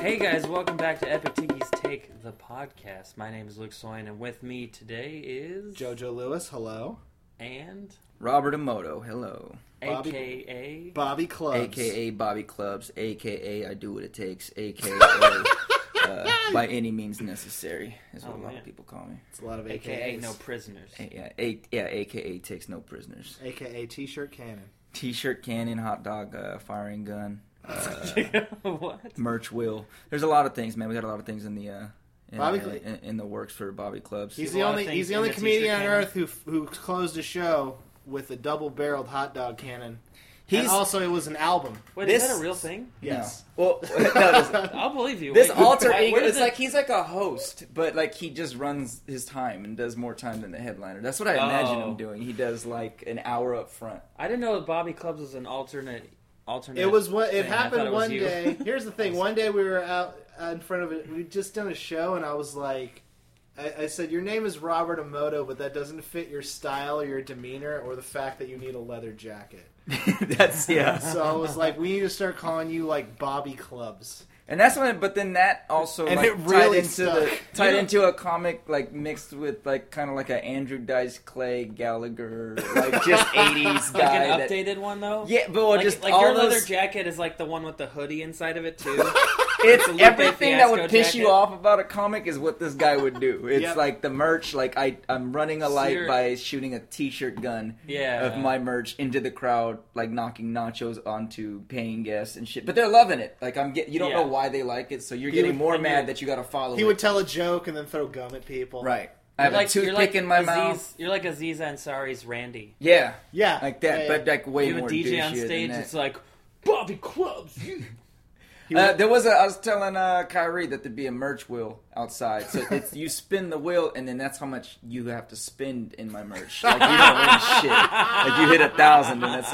Hey guys, welcome back to Epic Tinky's Take the podcast. My name is Luke Soin, and with me today is Jojo Lewis, hello. and Robert Emoto, hello. Bobby. AKA Bobby Clubs. AKA Bobby Clubs, AKA I Do What It Takes, AKA uh, By Any Means Necessary, is what Oh, a lot man. of people call me. It's a lot of AKAs. AKA No Prisoners. Yeah, a- yeah, AKA Takes No Prisoners. AKA T-shirt cannon. T shirt cannon, hot dog, uh, firing gun, uh, what? merch wheel. There's a lot of things, man. We got a lot of things in the. Uh, in, Bobby uh, Cl- in, in the works for Bobby Clubs. He's See, a the lot of only things he's the in only the t-shirt comedian on cannon. earth who who closed a show with a double-barreled hot dog cannon. and He's- also it was an album. Wait, is This- that a real thing? Yes. Well, no, this, I'll believe you. this Wait, alter why- ego. where It's did like it- he's like a host. host, but like he just runs his time and does more time than the headliner. That's what I imagine Oh. him doing. He does like an hour up front. I didn't know that Bobby Clubs was an alternate. Alternate. It was what it thing. I thought happened it was one you. day. Here's the thing: one day we were out uh, in front of it. We'd just done a show, and I was like, I, I said, "Your name is Robert Emoto, but that doesn't fit your style or your demeanor or the fact that you need a leather jacket." that's yeah. So I was like, "We need to start calling you like Bobby Clubs." And that's when, but then that also And like, it really tied into the stuck. tied Yeah. into a comic like mixed with like kind of like a Andrew Dice Clay Gallagher like just eighties like guy. an that- updated one though. yeah, but well, like, just like all your those, leather jacket is like the one with the hoodie inside of it too. it's Lupe everything that Fiasco would piss you jacket. off about a comic is what this guy would do. It's Yep. like the merch. Like I, I'm running a So light you're- Uh-huh. by shooting a T-shirt gun Yeah. of my merch into the crowd, like knocking nachos onto paying guests and shit. But they're loving it. Like I'm get, you don't know Yeah. why they like it, so you're He getting would- more and mad you- that you got to follow. He it. would tell a joke and then throw gum at people. right. I have You're a you're toothpick in my Aziz, mouth. You're like Aziz Ansari's Randy. Yeah, Yeah, like that, Yeah, but like way you have more a DJ on douchier than stage. that. It's like Bobby Clubs. you-" He Uh, would- there was a. I was telling uh, Kyrie that there'd be a merch wheel outside, so it's, you spin the wheel, and then that's how much you have to spend in my merch. Like you don't win shit. Like you hit a thousand, and that's.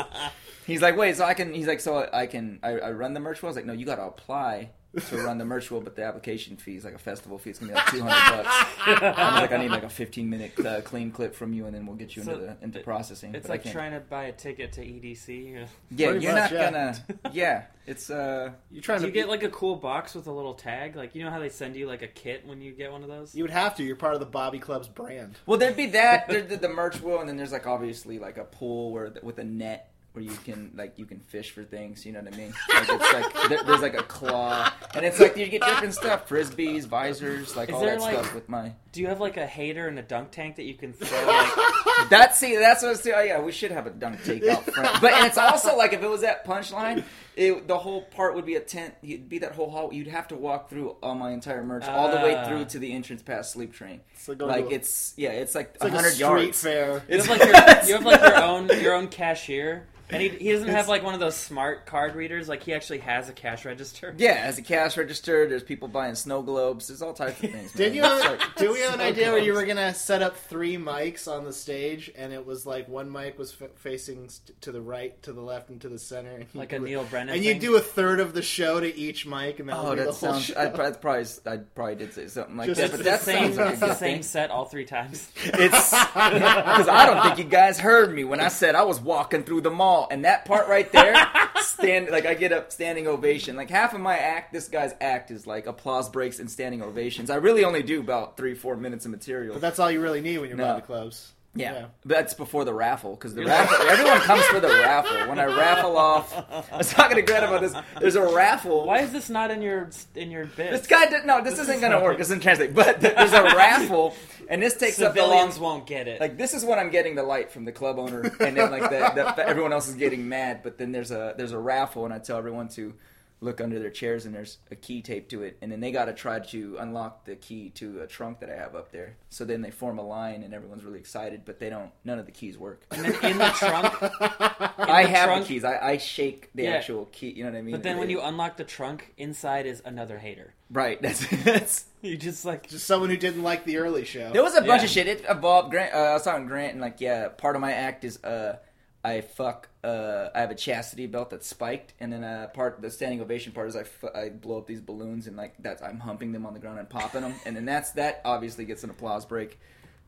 He's like, wait, so I can. He's like, so I can. I, I run the merch wheel. I was like, no, you got to apply to run the merch wheel, but the application fee is like a festival fee. It's gonna be like two hundred bucks. Ah, I was like, I need like a fifteen minute uh, clean clip from you, and then we'll get you So into the into it- processing. it's But I like can't- trying to buy a ticket to E EDC. Yeah, Pretty you're much, not yeah. gonna. Yeah, it's uh. you're trying Do to you get like a cool box with a little tag? Like you know how they send you like a kit when you get one of those. You would have to. You're part of the Bobby Clubs brand. Well, there'd be that. There'd the, the merch wheel, and then there's like obviously like a pool where with a net where you can like you can fish for things. You know what I mean? Like it's like there, there's like a claw, and it's like you get different stuff: frisbees, visors, like Is all there, that like- stuff. With my Do you have like a hater and a dunk tank that you can throw? Like, that see that's what I see. Oh yeah, we should have a dunk take out front. But and it's also like if it was that punchline, it, the whole part would be a tent. It'd be that whole hall. You'd have to walk through all my entire merch, all the way Ah. through to the entrance past sleep train. It's like, going Like to a- it's yeah, it's like it's like a hundred street yards. fair. you have like your, you have like your own your own cashier, and he, he doesn't have like one of those smart card readers. Like he actually has a cash register. Yeah, as a cash register, there's people buying snow globes. There's all types of things. Did man. you? It's Have, like- did we have an so idea where you close. were gonna set up three mics on the stage, and it was like one mic was f- facing st- to the right, to the left, and to the center, and you Like a do Neil Brennan. and you thing. do a third of the show to each mic, and that would Oh, be the that whole sounds. show. I, I probably, I probably did say something like Just that, it's but the that same, sounds like a it's the good same thing. set all three times. It's because I don't think you guys heard me when I said I was walking through the mall, and that part right there, stand like I get up standing ovation. Like half of my act, this guy's act is like applause breaks and standing ovations. I really only do about three, four minutes of material. but that's all you really need when you're No. Bobby Clubs. Yeah. Yeah. That's before the raffle because the You're raffle, everyone comes for the raffle. When I raffle off, I was talking to Greta about this. There's a raffle. Why is this not in your in your bit? This guy did no. This, isn't gonna work. This doesn't translate. But th- there's a raffle, and this takes up the long. Civilians won't get it. Like this is when I'm getting the light from the club owner, and then like that, that, that everyone else is getting mad. But then there's a there's a raffle, and I tell everyone to look under their chairs, and there's a key taped to it, and then they gotta try to unlock the key to a trunk that I have up there. So then they form a line, and everyone's really excited, but they don't. None of the keys work. and then in the trunk, I the have trunk- the keys. I, I shake the Yeah. actual key. You know what I mean? but then when It- you unlock the trunk, inside is another hater. right, that's, that's You just like Just someone who didn't like the early show. there was a bunch Yeah. of shit. It involved Grant. Uh, I was talking to Grant and like, yeah, part of my act is uh, I fuck. Uh, I have a chastity belt that's spiked, and then uh, part the standing ovation part is I, fu- I blow up these balloons and like that's I'm humping them on the ground and popping them, and then that's that obviously gets an applause break.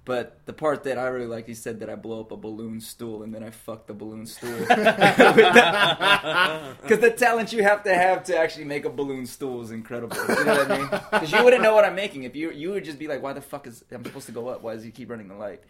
But the part that I really liked, he said that I blow up a balloon stool and then I fuck the balloon stool. Because the talent you have to have to actually make a balloon stool is incredible. You know what I mean? Because you wouldn't know what I'm making if you you would just be like, "Why the fuck is I'm supposed to go up? Why does he keep running the light?"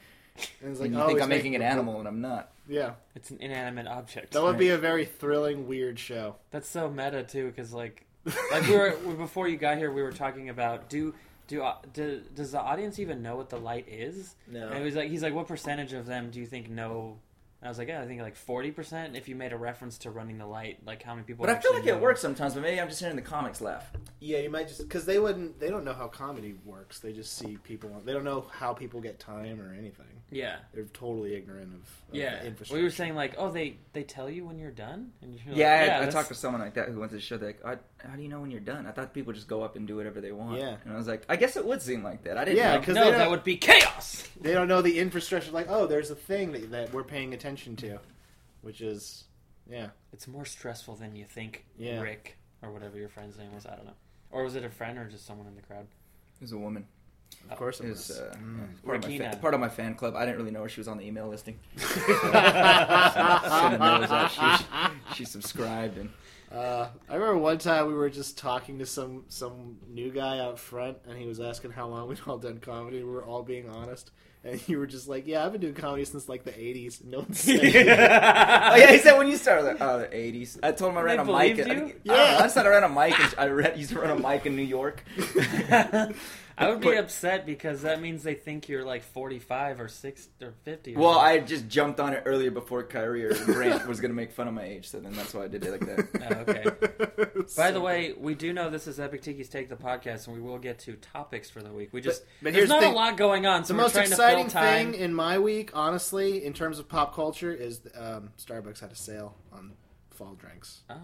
And it's And like, you oh, think he's I'm making an a- animal and I'm not. Yeah, It's an inanimate object. that would be a very thrilling, weird show. That's so meta too, because like, like we were we- before you got here, we were talking about do do, uh, do does the audience even know what the light is? No. And it was like he's like, what percentage of them do you think know? And I was like, yeah, I think like forty percent. If you made a reference to running the light, like how many people? But I feel actually like it know? works sometimes. But maybe I'm just hearing the comics laugh. Yeah, you might just because they wouldn't. They don't know how comedy works. They just see people. on- They don't know how people get time or anything. Yeah. They're totally ignorant of, of Yeah, the infrastructure. we were saying like, oh, they they tell you when you're done, and you're like, yeah, I- I, that's- talked to someone like that who went to the show. They're like, "I- "How do you know when you're done?" I thought people just go up and do whatever they want. Yeah. and I was like, "I guess it would seem like that." I didn't. Yeah, know. 'cause no, they that don't- would be chaos. they don't know the infrastructure. Like, oh, there's a thing that that we're paying attention to, which is yeah. It's more stressful than you think, Yeah. Rick or whatever your friend's name was. I don't know, or was it a friend or just someone in the crowd? it was a woman. Of course, it It was was. uh, yeah, hmm. part, of my Regina. fa- part of my fan club. I didn't really know her. She was on the email listing. She subscribed, and Uh, I remember one time we were just talking to some some new guy out front, and he was asking how long we'd all done comedy. We were all being honest, and you were just like, "Yeah, I've been doing comedy since like the '80s." No one said anything. oh yeah, he said when you started, I was like, oh, the '80s. I told him I They ran a mic. believed at- you? I, yeah, I, don't know, I said I ran a mic. And I read, used to run a mic in New York. I would be But- upset because that means they think you're like 45 or 6 or 50. Or Well, something. I just jumped on it earlier before Kyrie or Grant was gonna make fun of my age, so then that's why I did it like that. Oh, okay. By the way, we do know this is Epic Tiki's Take the Podcast, and we will get to topics for the week. We just But- but there's here's not the a thing. lot going on, so the we're most trying to fill exciting time. thing in my week, honestly, in terms of pop culture, is um, Starbucks had a sale on fall drinks. Oh.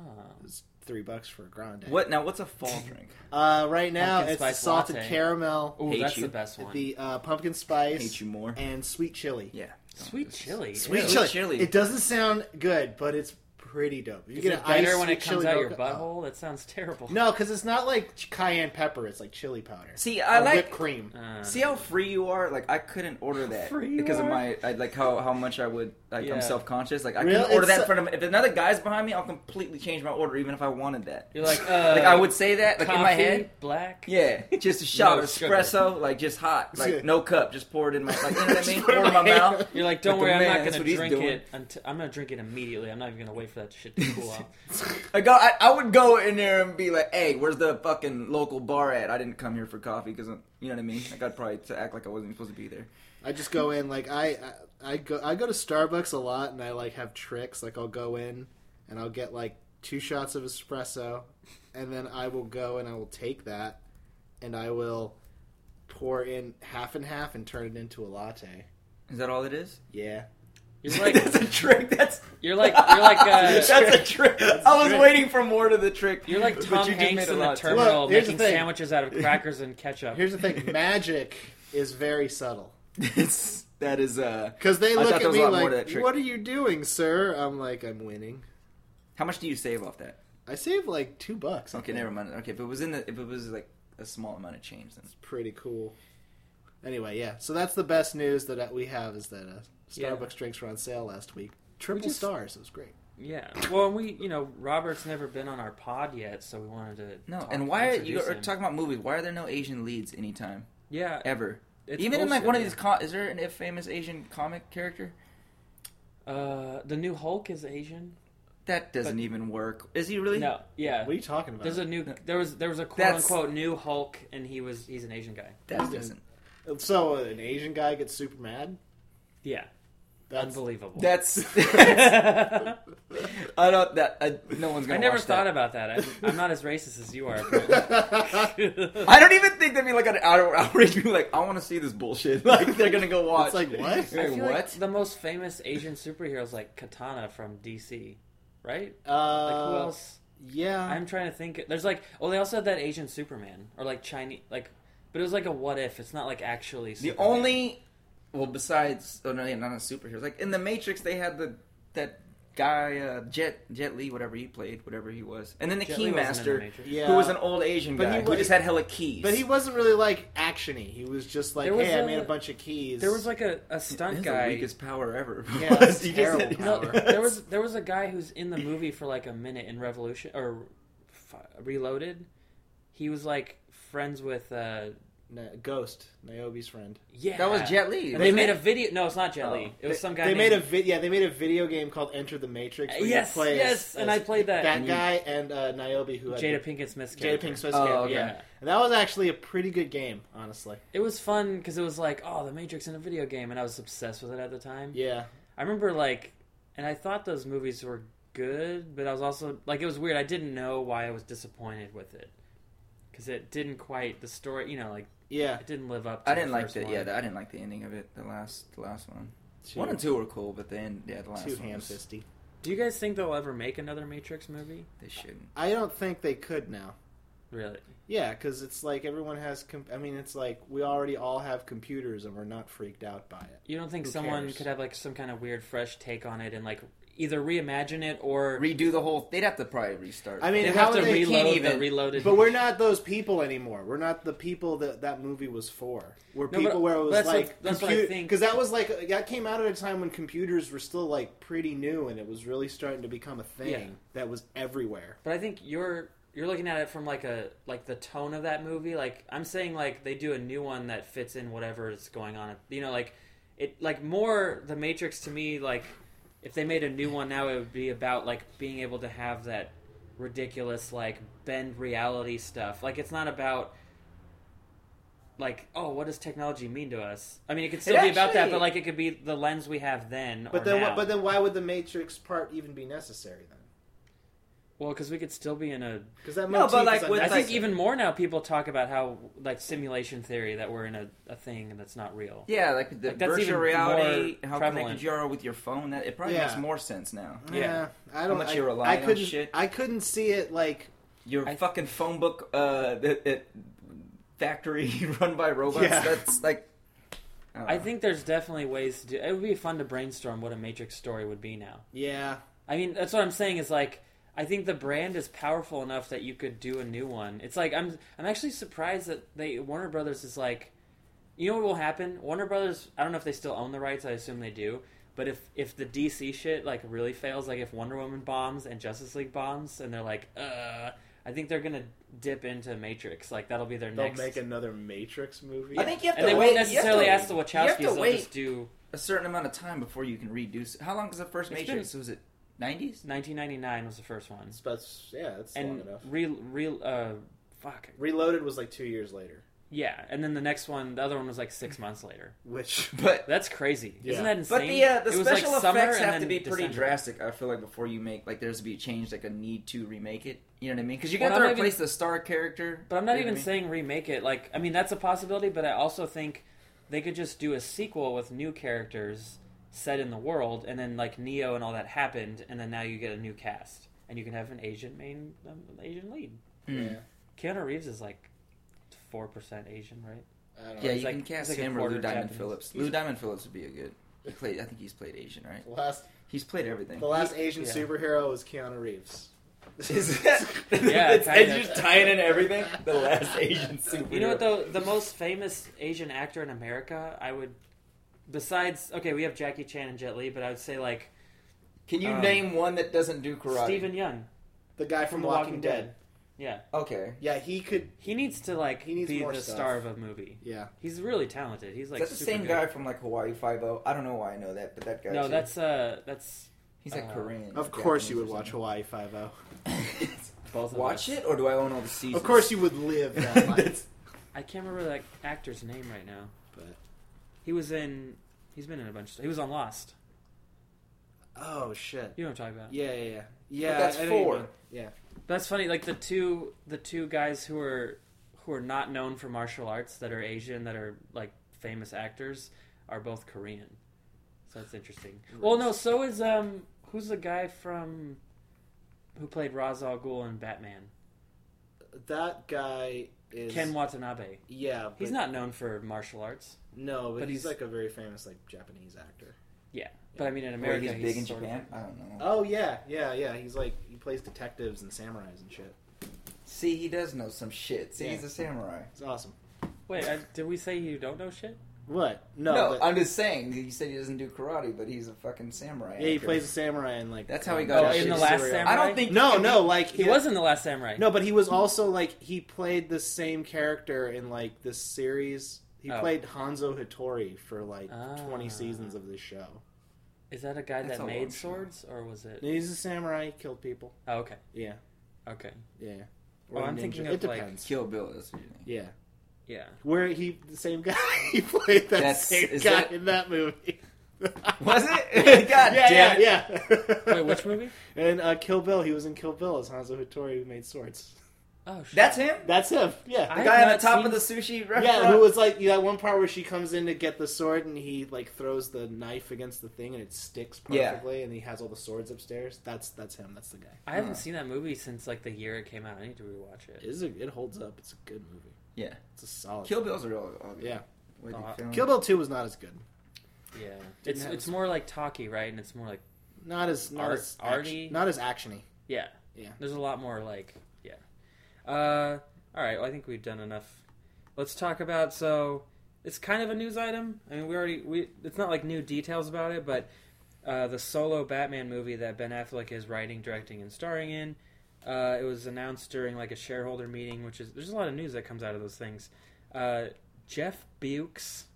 It was three bucks for a grande. What now? What's a fall drink? Uh, right now, Pumpkin it's the spice salted latte. caramel, Ooh, Hate that's you. the best one. the uh, pumpkin spice, Hate you more. and sweet chili. Yeah. Sweet chili. Sweet Yeah, chili. sweet chili. It doesn't sound good, but it's pretty dope. You Is get it an better iced when it sweet comes chili out your mocha. Oh. butthole? That sounds terrible. No, because it's not like ch- cayenne pepper. It's like chili powder. See, I Or like- whipped cream. Uh, See how free you are? Like I couldn't order that free you because of are? my I, like how how much I would like Yeah. I'm self conscious. Like I Really? couldn't It's order uh, that in so- front of if another guy's behind me, I'll completely change my order even if I wanted that. you're like, uh, Like I would say that like in my coffee, head. black. Yeah, just a shot No of sugar. espresso, like just hot, like no cup, just pour it in my like you know what I Just mean, put it pour it in in my my hand. mouth. You're like, don't Like the worry, man, I'm not that's gonna what he's drink doing. it. Until, I'm gonna drink it immediately. I'm not even gonna wait for that shit to cool off. I go, I, I would go in there and be like, hey, where's the fucking local bar at? I didn't come here for coffee because you know what I mean. Like I'd probably to act like I wasn't even supposed to be there. I just go in like I, I I go I go to Starbucks a lot, and I like have tricks. Like I'll go in and I'll get like two shots of espresso, and then I will go and I will take that, and I will pour in half and half and turn it into a latte. Is that all it is? Yeah. You're like, that's a trick. That's you're like, you're like, uh, that's a trick. I was trick. waiting for more to the trick. You're like but Tom you just Hanks made a in the lot. terminal Well, here's the making thing. sandwiches out of crackers and ketchup. Here's the thing: magic is very subtle. It's- that is uh. Because they I look thought at there was me a lot more to like, that trick. "What are you doing, sir?" I'm like, "I'm winning." How much do you save off that? I saved like two bucks. I Okay, think. never mind. Okay, if it was in the, if it was like a small amount of change, then Pretty cool. Anyway, yeah. So that's the best news that uh, we have is that uh, Starbucks Yeah. drinks were on sale last week. Triple just- stars. It was great. yeah. Well, we, you know, Robert's never been on our pod yet, so we wanted to. no. talk- and why are you introduce are him. talking about movies? Why are there no Asian leads anytime Yeah. ever? It's Even in like bullshit, one of yeah. these, co- is there an famous Asian comic character? Uh, the new Hulk is Asian. That doesn't even work. Is he really? No. Yeah. What are you talking about? There's a new. There was there was a quote That's- unquote new Hulk, and he was he's an Asian guy. That doesn't. So uh, an Asian guy gets super mad. Yeah. That's Unbelievable. That's. I don't. That I, no one's gonna. I never watch thought that. about that. I'm, I'm not as racist as you are. apparently. I don't e- even think they'd be like an out- outrage. Be like, I want to see this bullshit. Like they're gonna go watch. It's like, what? They're I like, feel what? like the most famous Asian superheroes like Katana from DC, right? Like uh, who else? Yeah. I'm trying to think. There's like, oh, they also had that Asian Superman or like Chinese, like, but it was like a what if. It's not like actually the Superman. only. Well, besides, oh no, yeah, not a superhero. Like in the Matrix, they had the that guy uh, Jet Jet Lee, whatever he played, whatever he was, and then the Jet Li wasn't in the Keymaster, Matrix. Yeah. who was an old Asian But guy he who was- just had hella keys. But he wasn't really like actiony. He was just like, There was hey, I a- made a bunch of keys. There was like a, a That's stunt the guy. weakest power ever. Yeah, that's He just- terrible No, power. there was there was a guy who's in the movie for like a minute in Revolution or f- Reloaded. He was like friends with uh Na- Ghost, Niobe's friend. yeah. That was Jet Li. They wasn't made it? a video. No, it's not Jet Oh. Li. It was They- some guy. They named, made a vid- yeah. They made a video game called Enter the Matrix. where you Yes, play as- yes, and as I played that. Mm-hmm. That And you- guy and uh, Niobe, who had Jada the- Pinkett Smith's Jada character. Pinkett Smith's Oh, character. okay. Yeah, and that was actually a pretty good game, honestly. It was fun because it was like, oh, The Matrix in a video game, and I was obsessed with it at the time. Yeah, I remember like, and I thought those movies were good, but I was also like, it was weird. I didn't know why I was disappointed with it because it didn't quite the story. You know, like yeah. it didn't live up. to I didn't the like first the one. yeah. the- I didn't like the ending of it. The last the last one. Too, One and two were cool, but the end yeah the last too one. ham Was, fisty. Do you guys think they'll ever make another Matrix movie? they shouldn't. I don't think they could now. Really? Yeah, because it's like everyone has. Com- I mean, it's like we already all have computers and we're not freaked out by it. You don't think Who someone cares? could have like some kind of weird, fresh take on it and like either reimagine it or Redo the whole. They'd have to probably restart. I mean, they'd how have to would they- reload Can't the even- reloaded. But we're not those people anymore. We're not the people that that movie was for. We're No, but people where it was that's like what- that's what I think. because that was like that came out at a time when computers were still like pretty new and it was really starting to become a thing Yeah. that was everywhere. But I think you're you're looking at it from like a like the tone of that movie. Like I'm saying, like they do a new one that fits in whatever is going on. You know, like it like more the Matrix to me. Like if they made a new one now, it would be about like being able to have that ridiculous like bend reality stuff. Like it's not about like oh what does technology mean to us i mean it could still be about that actually- but like it could be the lens we have then But or then, now. wh- but then, why would the Matrix part even be necessary then? well because we could still be in a Because that No, motif but, is like, with, I It's think unnecessary. even more now people talk about how like simulation theory that we're in a, a thing that's not real. yeah, like the Like, that's virtual even reality. more How prevalent. Mm-hmm. connected you are with your phone. That it probably Yeah. makes more sense now. Yeah. I don't. much I, you rely I on couldn't. shit. I couldn't see it like Your I- fucking phone book uh, that, that factory run by robots. Yeah. That's like. don't I know. think there's definitely ways to do. It would be fun to brainstorm what a Matrix story would be now. yeah. I mean, that's what I'm saying is like I think the brand is powerful enough that you could do a new one. It's like I'm I'm actually surprised that they Warner Brothers is like you know what will happen? Warner Brothers, I don't know if they still own the rights, I assume they do, but if if the DC shit like really fails, like if Wonder Woman bombs and Justice League bombs and they're like, "Uh, I think they're going to dip into Matrix. Like that'll be their They'll next make another Matrix movie. I think you have to and they wait. won't necessarily you have ask to, the you have Wachowskis. to They'll wait just do a certain amount of time before you can redo. s- How long is the first It's Matrix? was it nineties? 1999 was the first one, That's- yeah, that's and long enough. real, real, uh, fuck, Reloaded was like two years later, Yeah, and then the next one, the other one was like six months later. which But That's crazy, Yeah. isn't that insane? but the uh, the It was, like, special summer effects and have to then be pretty December. drastic. I feel like before you make like there's to be a change, like a need to remake it. You know what I mean? Because you Well, got I'm to not replace the star character. But I'm not you know even what I mean? saying remake it. Like, I mean, that's a possibility, but I also think they could just do a sequel with new characters set in the world, and then like Neo and all that happened, and then now you get a new cast, and you can have an Asian main, um, Asian lead. Hmm. yeah, Keanu Reeves is like four percent Asian, right? I don't know. Yeah, He's you like- can he's cast like a him or Lou quarter Diamond Japanese. Phillips. Lou Diamond Phillips would be a good. He played. I think he's played Asian, right? The last He's played everything. the last Asian yeah. superhero was Keanu Reeves. Is that, Yeah, it's, kind it's of. just tying in everything. The last Asian superhero. You know what though? The most famous Asian actor in America, I would, besides okay, we have Jackie Chan and Jet Li, but I would say like Can you Um, name one that doesn't do karate? Stephen Young. the guy from, Walking, Dead. Yeah, Okay. Yeah, he could. he needs to like He needs be more the stuff. star of a movie. Yeah, He's really talented. He's like Is that the super same good. guy from like Hawaii Five O? I don't know why I know that, but that guy. No, too. that's uh, that's he's like uh, Korean. of course you would watch Hawaii Five O. both of watch us. it, or do I own all the seasons? Of course you would live that life. That's- I can't remember that actor's name right now. But He was in. He's been in a bunch. Of, he was on Lost. oh shit. You know what I'm talking about. Yeah, yeah, yeah. Yeah, But that's I know you four. mean. Yeah, That's funny. Like the two the two guys who are who are not known for martial arts that are Asian that are like famous actors are both Korean. So that's interesting. Well, no, so is um who's the guy from who played Ra's al Ghul in Batman? that guy is Ken Watanabe. Yeah, but He's not known for martial arts. No, but, but he's, he's- like a very famous like Japanese actor. Yeah, but I mean in Wait, America he's big in sort of- Japan. I don't know. Oh yeah, yeah, yeah. He's like he plays detectives and samurais and shit. See, he does know some shit. See, Yeah. he's a samurai. It's awesome. Wait, I, did we say you don't know shit? What? No, No, but- I'm just saying. You said he doesn't do karate, but he's a fucking samurai. yeah, he actor. plays a samurai and like um, That's how he Oh, got Japanese in the shit. last serial. samurai. I don't think No, no, like He yeah. was in the Last Samurai. No, but he was also like he played the same character in like this series. He Oh. played Hanzo Hattori for like Ah. 20 seasons of this show. is that a guy That's that a long made shot. swords, or was it? And he's a samurai, he killed people. Oh, okay, Yeah, okay. yeah. Oh, I'm thinking ninja. of, it like- depends. Kill Bill. That's what you think. Yeah, Yeah. where he the same guy he played that That's- same guy is that- in that movie. Was it? God yeah, damn it. yeah, yeah. Wait, which movie? And uh, Kill Bill, he was in Kill Bill as Hanzo Hattori who made swords. Oh, shit. That's him. That's him. Yeah. I The have guy on the not top seen- of the sushi restaurant. Yeah, who was like that one part where she comes in to get the sword and he like throws the knife against the thing and it sticks Yeah. perfectly and he has all the swords upstairs. That's that's him. That's the guy. I haven't Huh. seen that movie since like the year it came out. I need to rewatch it. It is a, it holds up. It's a good movie. Yeah. It's a solid. Kill Bill's a real. real- yeah, way to Uh, film. Kill Bill Two was not as good. Yeah, it's have it's his- more like talkie, right? And it's more like Not as not Art- as arty? action, not as actiony. yeah, Yeah. There's a lot more like yeah. Uh, all right, well, I think we've done enough. Let's talk about so it's kind of a news item. I mean, we already we it's not like new details about it, but uh, the solo Batman movie that Ben Affleck is writing, directing, and starring in. Uh, it was announced during like a shareholder meeting, which is there's a lot of news that comes out of those things. Uh, Jeff Bukes,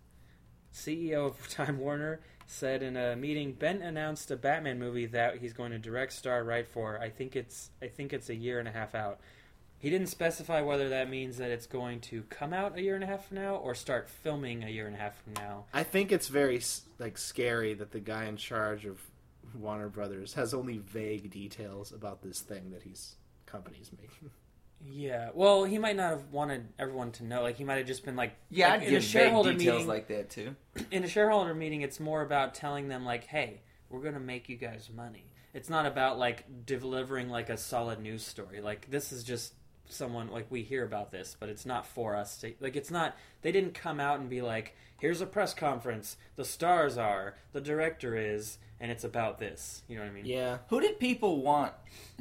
CEO of Time Warner, said in a meeting, Ben announced a Batman movie that he's going to direct, star, write for. I think it's I think it's a year and a half out. He didn't specify whether that means that it's going to come out a year and a half from now or start filming a year and a half from now. I think it's very s- like scary that the guy in charge of Warner Brothers has only vague details about this thing that his company's making. Yeah. Well, he might not have wanted everyone to know. Like he might have just been like, Yeah, like, I'd give vague shareholder details meeting. like that too. in a shareholder meeting, it's more about telling them like, "Hey, we're going to make you guys money." It's not about like delivering like a solid news story. Like this is just someone like we hear about this, but it's not for us. To, like it's not. They didn't come out and be like, "Here's a press conference. The stars are. The director is." And it's about this. You know what I mean? Yeah, Who did people want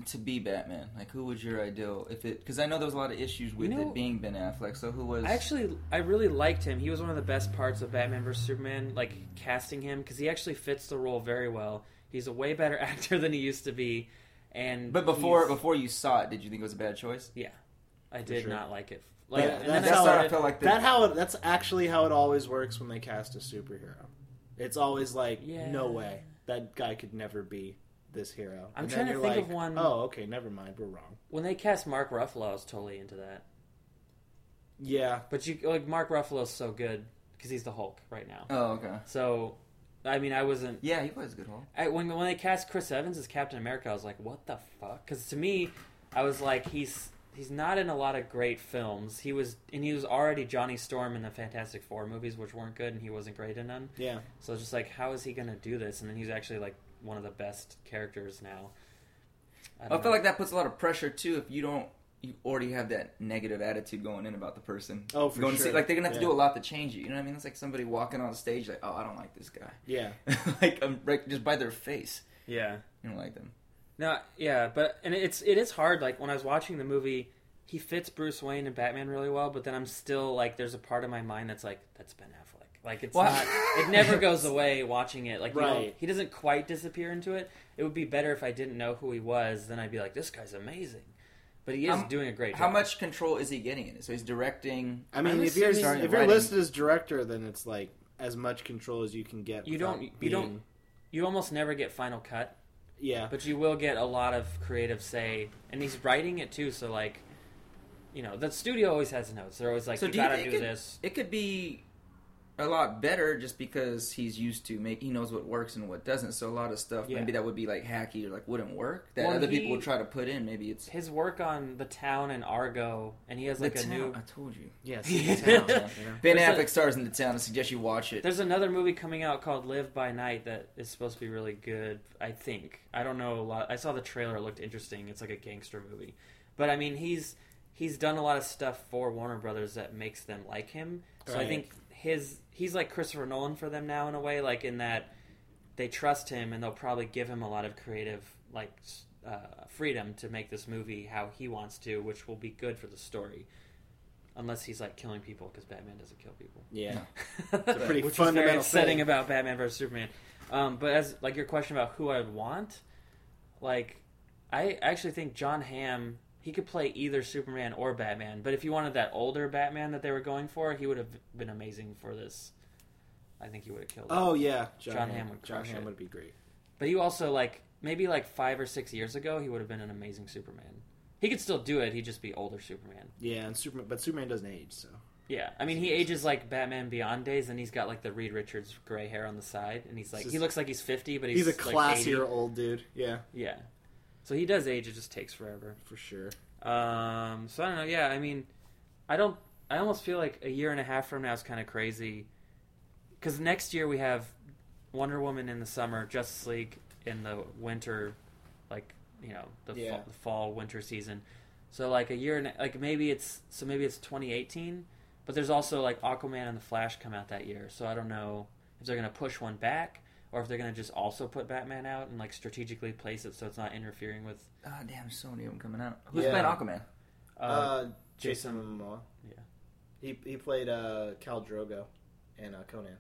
to be Batman? Like, who was your ideal? If it because I know there was a lot of issues with You know- it being Ben Affleck. So who was? I actually, I really liked him. He was one of the best parts of Batman vs Superman, like casting him because he actually fits the role very well. He's a way better actor than he used to be, and but before he's- before you saw it, did you think it was a bad choice? I did sure. not like it. Like, Yeah, and that's then I how I started, felt like. The, that how it, that's actually how it always works when they cast a superhero. It's always like, Yeah. no way, that guy could never be this hero. I'm And trying then to you're think of like, one- Oh, okay, never mind, we're wrong. when they cast Mark Ruffalo, I was totally into that. Yeah, But you like Mark Ruffalo's so good because he's the Hulk right now. oh okay. So, I mean, I wasn't Yeah, he plays a good role. I, when when they cast Chris Evans as Captain America, I was like, what the fuck? Because to me, I was like, he's he's not in a lot of great films. He was and he was already Johnny Storm in the Fantastic Four movies, which weren't good, and he wasn't great in them. yeah. So I was just like, how is he gonna do this? And then he's actually like one of the best characters now. I, feel like that puts a lot of pressure too. If you don't, you already have that negative attitude going in about the person. Oh, for going to sure. see, like they're gonna have to Yeah. do a lot to change you. You know what I mean? It's like somebody walking on stage like, oh, I don't like this guy. Yeah, like, um, like just by their face, yeah. you don't like them. No, yeah, but and it's it is hard. Like when I was watching the movie, he fits Bruce Wayne and Batman really well, but then I'm still like, there's a part of my mind that's like, that's Ben Affleck. Like it's Well, not, it never goes away watching it. Like you don't- Right. he doesn't quite disappear into it. It would be better if I didn't know who he was. Then I'd be like, this guy's amazing. But he is Um, doing a great job. How much control is he getting in it? So he's directing. I mean, I'm if you're assuming- if you're Writing. listed as director, then it's like as much control as you can get. You without don't- you don't- being- You almost never get final cut, Yeah, but you will get a lot of creative say, and he's writing it too. So like, you know, the studio always has notes. They're always like, So you do you gotta think do it- this. It could be a lot better just because he's used to make. He knows what works and what doesn't. So a lot of stuff Yeah. maybe that would be like hacky or like wouldn't work that Well, other he- people would try to put in. Maybe it's his work on the town and Argo, and he has like the a town. new. I told you. yes. Ben There's a- Affleck stars in the town. I suggest you watch it. There's another movie coming out called Live by Night that is supposed to be really good. I think I don't know a lot. I saw the trailer; it looked interesting. It's like a gangster movie, but I mean, he's he's done a lot of stuff for Warner Brothers that makes them like him. So I Right. think his he's like Christopher Nolan for them now in a way, like in that they trust him and they'll probably give him a lot of creative like s- uh, freedom to make this movie how he wants to, which will be good for the story. Unless he's like killing people because Batman doesn't kill people. Yeah. That's a pretty Which is very fundamental upsetting thing. about Batman versus Superman. Um, but as like your question about who I'd want, like I actually think John Hamm he could play either Superman or Batman. But if you wanted that older Batman that they were going for, he would have been amazing for this. I think he would have killed. it. Oh yeah, John Hamm would John crush Hamm it. would be great. But he also like maybe like five or six years ago, he would have been an amazing Superman. He could still do it. He'd just be older Superman. Yeah, and Superman, but Superman doesn't age, so Yeah, I mean he ages like Batman Beyond days, and he's got like the Reed Richards gray hair on the side, and he's like Just- he looks like he's fifty, but he's he's, a like, 80. classier old dude. Yeah, Yeah. So he does age. It just takes forever. for sure. Um, so I don't know. Yeah, I mean, I don't. I almost feel like a year and a half from now is kind of crazy, because next year we have Wonder Woman in the summer, Justice League in the winter, like you know the, Yeah. fall, the fall winter season. So like a year and like maybe it's so maybe it's 2018, but there's also like Aquaman and the Flash come out that year. So I don't know if they're gonna push one back or if they're gonna just also put Batman out and like strategically place it so it's not interfering with Oh, damn, so many of them coming out. Who's Yeah. playing Aquaman? uh, Jason Jason- Momoa. Yeah. he he played uh, Cal Drogo and uh, Conan.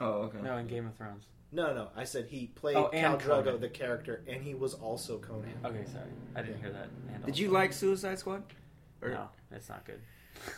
Oh, okay. no in Game of Thrones. No, no, no, I said he played Oh, Cal and Drogo, Conan. the character, and he was also Conan. Okay, sorry, I didn't hear that. And Did also- you like Suicide Squad? Or- No, it's not good.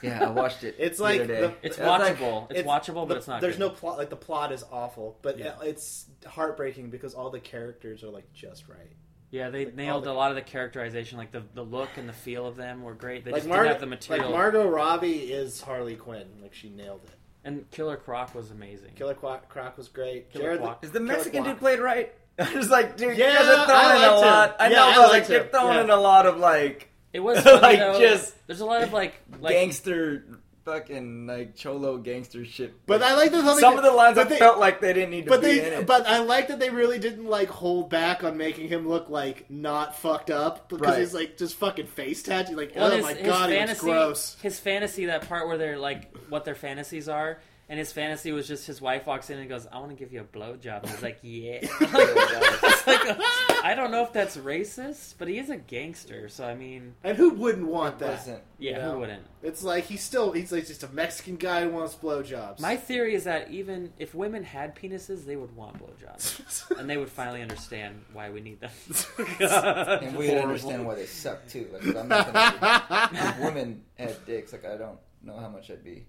Yeah, I watched it. It's like the other the- day. It's I was like, watchable. it's, watchable, the- but it's not. There's good. no plot. Like the plot is awful, but Yeah. it- it's heartbreaking because all the characters are like just right. Yeah, they like, all nailed a the- lot of the characterization, like the the look and the feel of them were great. They like just Mar- didn't have the material. Like Margot Robbie is Harley Quinn. Like she nailed it. and Killer Croc was amazing. Killer Quack, Croc was great. Killer Jared, Quack. Is the Killer Mexican Quack. dude played right? I was like, dude, Yeah, you guys are throwing I in a liked him. lot. I Yeah, know, I but I was like, liked they're him. throwing Yeah. in a lot of like It was funny, Like, though. just- there's a lot of like like gangster, fucking like cholo gangster shit. But I like the some of the lines I but they, felt like they didn't need to But be they, in it. but I like that they really didn't like hold back on making him look like not fucked up because Right. he's like just fucking face tattoo. Like, Well, oh his- my his god, he looks fantasy, gross. His fantasy, that part where they're like, what their fantasies are, and his fantasy was just his wife walks in and goes, "I want to give you a blowjob," and he's like, "Yeah." It's like a- I don't know if that's racist, but he is a gangster, so I mean, And who wouldn't want that? Listen, yeah, No. who wouldn't? It's like he's still he's like just a Mexican guy who wants blowjobs. My theory is that even if women had penises, they would want blowjobs, and they would finally understand why we need them. and we understand why they suck too. Like, I'm not gonna if women had dicks. Like I don't know how much I'd be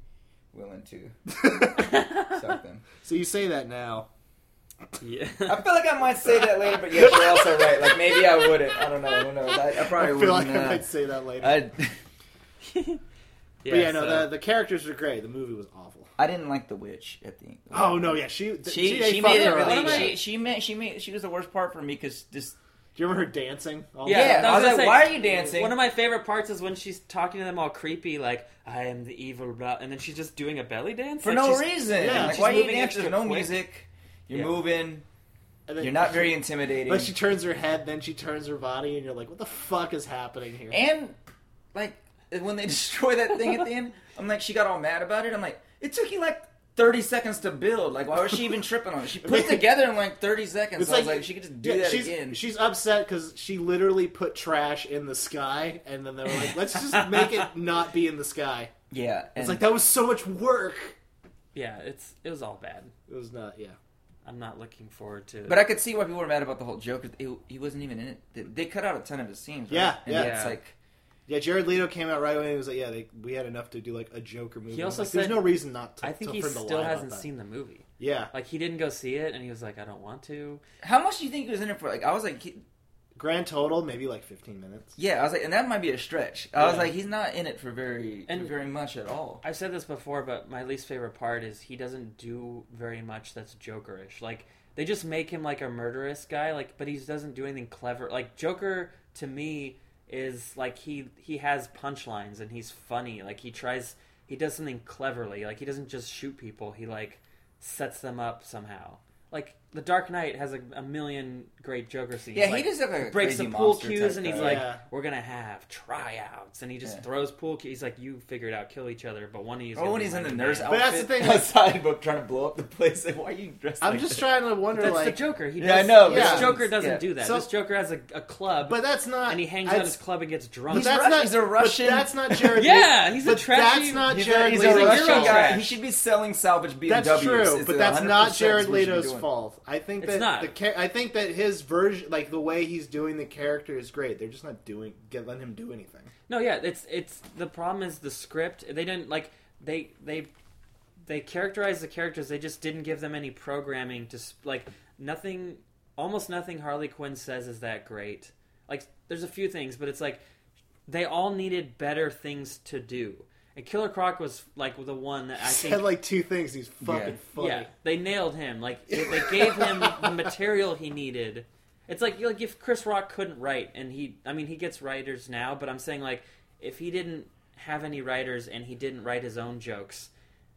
willing to suck them. so you say that now. Yeah. I feel like I might say that later, but yes, you're also right. Like maybe I wouldn't. I don't know. Who knows? I, I I probably feel like wouldn't. I uh, might say that later. I'd- but yeah, no, so- the, the characters are great. The movie was awful. I didn't like the witch at the. Oh no, yeah, she th- She, they she fucked made it her up. really. Do She, she made she made she was the worst part for me because this. you remember her dancing? All Yeah, Yeah, that I was gonna like, say, why are you dancing? One of my favorite parts is when she's talking to them all creepy, like "I am the evil," blah, and then she's just doing a belly dance for like, no she's- reason. yeah, like, she's why are you moving dancing? extra There's no quick. music. You're Yeah. moving. and then You're not she- very intimidating. Like she turns her head, then she turns her body, and you're like, "What the fuck is happening here?" And like when they destroy that thing at the end, I'm like, she got all mad about it. I'm like, it took you like 30 seconds to build. Like, why was she even tripping on it? She put it together in like 30 seconds. It's I was like- like, she could just do Yeah, that she's, again. She's upset because she literally put trash in the sky, and then they were like, "Let's just make it not be in the sky." yeah, It's and like that was so much work. Yeah, it's it was all bad. It was not, yeah. I'm not looking forward to. But I could see why people were mad about the whole joke. 'cause He, he wasn't even in it. They, they cut out a ton of his scenes. Right? Yeah, and yeah. It's like Yeah, Jared Leto came out right away and was like, "Yeah, they, we had enough to do like a Joker movie." He I'm also like, "There's said- no reason not to." I think to, he for him to still lie about hasn't that. seen the movie. Yeah, Like he didn't go see it, and he was like, "I don't want to." how much do you think he was in it for? Like, I was like, he- grand total maybe like 15 minutes. yeah, I was like, and that might be a stretch. I was Yeah. like, he's not in it for very, And- for very much at all. I've said this before, but my least favorite part is he doesn't do very much that's jokerish. Like they just make him like a murderous guy, like but he doesn't do anything clever. Like Joker to me is like he he has punchlines and he's funny. Like he tries he does something cleverly. Like he doesn't just shoot people. He like sets them up somehow. Like The Dark Knight has a, a million great Joker scenes. Yeah, he Like, does have a breaks crazy the pool monster cues type and he's guy. like, Yeah. "We're gonna have tryouts," and he just Yeah. throws pool cues. He's like, "You figure it out, kill each other." But one of you. Oh, when he's in the nurse outfit, But that's the thing, like- outside, but trying to blow up the place. Like, why are you dressed? I'm like just that? trying to wonder, That's the like, Joker. He Yeah, I does, know, This yeah. Joker doesn't Yeah. do that. So- this Joker has a, a club, but that's not. and he hangs out that's- at his club and gets drunk. But He's that's Russian. not. He's a but Russian. that's not Jared. yeah, he's a but trashy. that's not He's Jared a, he's a Leto's Leto's Russian fault. guy. Trash. He should be selling salvage BMWs. That's true, It's but that's 100% not Jared what we should be Leto's doing. fault. I think It's that not. the cha- I think that his version, like the way he's doing the character, is great. They're just not doing get letting him do anything. No, yeah, it's it's the problem is the script. They didn't like they they they characterized the characters. They just didn't give them any programming to sp- like nothing. Almost nothing Harley Quinn says is that great. Like there's a few things, but it's like they all needed better things to do. And Killer Croc was like the one that I He think said like two things. He's fucking Yeah. funny. yeah, they nailed him. Like they they gave him the material he needed. It's like like if Chris Rock couldn't write, and he, I mean, he gets writers now, but I'm saying like if he didn't have any writers and he didn't write his own jokes,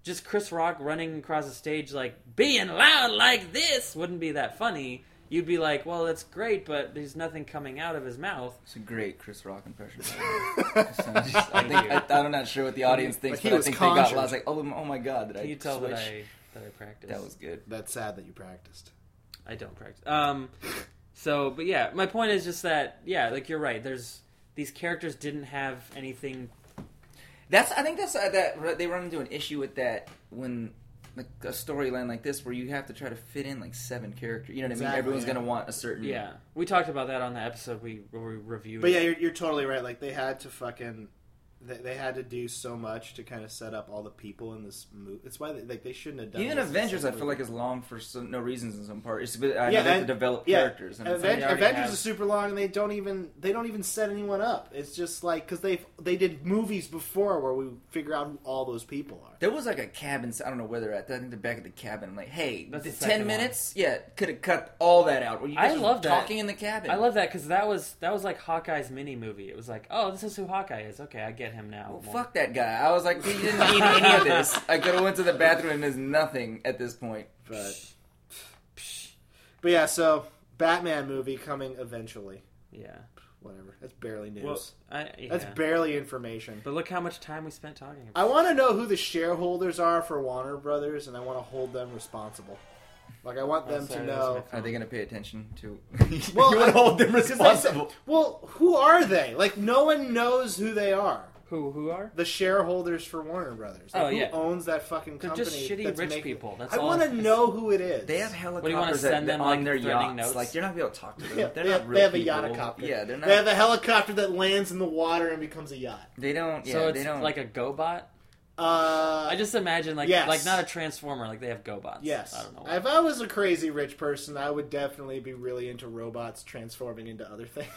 just Chris Rock running across the stage like being loud like this wouldn't be that funny. You'd be like, well, that's great, but there's nothing coming out of his mouth. It's a great Chris Rock impression. So I'm just- I think, I, I'm not sure what the audience thinks, Like, he but I was think they conjured. got. I was like, oh, oh my god, did I Can you tell switch? that I that I practice? That was good. That's sad that you practiced. I don't practice. Um, so, but yeah, my point is just that, yeah, like you're right. There's these characters didn't have anything. That's. I think that's uh, that they run into an issue with that when like a storyline like this where you have to try to fit in like seven characters. You know what I mean? Exactly, Everyone's yeah. gonna want a certain. Yeah, we talked about that on the episode we, where we reviewed. Mm. But yeah, it. you're, you're totally right. Like they had to fucking, they, they had to do so much to kind of set up all the people in this movie. It's why they, like they shouldn't have done. Even this in the Avengers, I second feel movie. like is long for some, no reasons in some part. It's but Yeah, I know they have and- to develop yeah, characters. And it's They Aven- like, already Avengers have. is super long, and they don't even they don't even set anyone up. It's just like because they they did movies before where we figure out who all those people are. there was like a cabin. I don't know where they're at. I think they're back at the cabin. I'm like, hey, That's the the ten second minutes, yeah, could have cut all that out. Where you I guys were love that. talking in the cabin. I love that because that was that was like Hawkeye's mini movie. It was like, oh, this is who Hawkeye is. Okay, I get him now. Well, more. fuck that guy. I was like, he didn't need any of this. I could have went to the bathroom and there's nothing at this point. But but yeah, so Batman movie coming eventually. Yeah. Whatever. That's barely news. Well, I, yeah. That's barely information. but look how much time we spent talking. I About. want to know who the shareholders are for Warner Brothers, and I want to hold them responsible. Like I want Oh, them sorry, to that was my know. fault. Are they going to pay attention to? Well, you want I- to hold them 'cause they said- responsible? Well, who are they? Like no one knows who they are. Who who are? the shareholders for Warner Brothers. Like, Oh, yeah. Who owns that fucking They're company? just shitty that's rich making- people. That's I all. want to know who it is. They have do you wanna helicopters send that- them, on like, their threatening yachts. notes? Like you're not gonna be able to talk to them. Yeah, they're they not have- real they have a people. yacht copter. Yeah, they're not. They have a helicopter that lands in the water and becomes a yacht. They don't. Yeah, so it's they don't. like a GoBot. Uh, I just imagine like yes. like not a transformer. Like they have GoBots. yes. I don't know. why. If I was a crazy rich person, I would definitely be really into robots transforming into other things.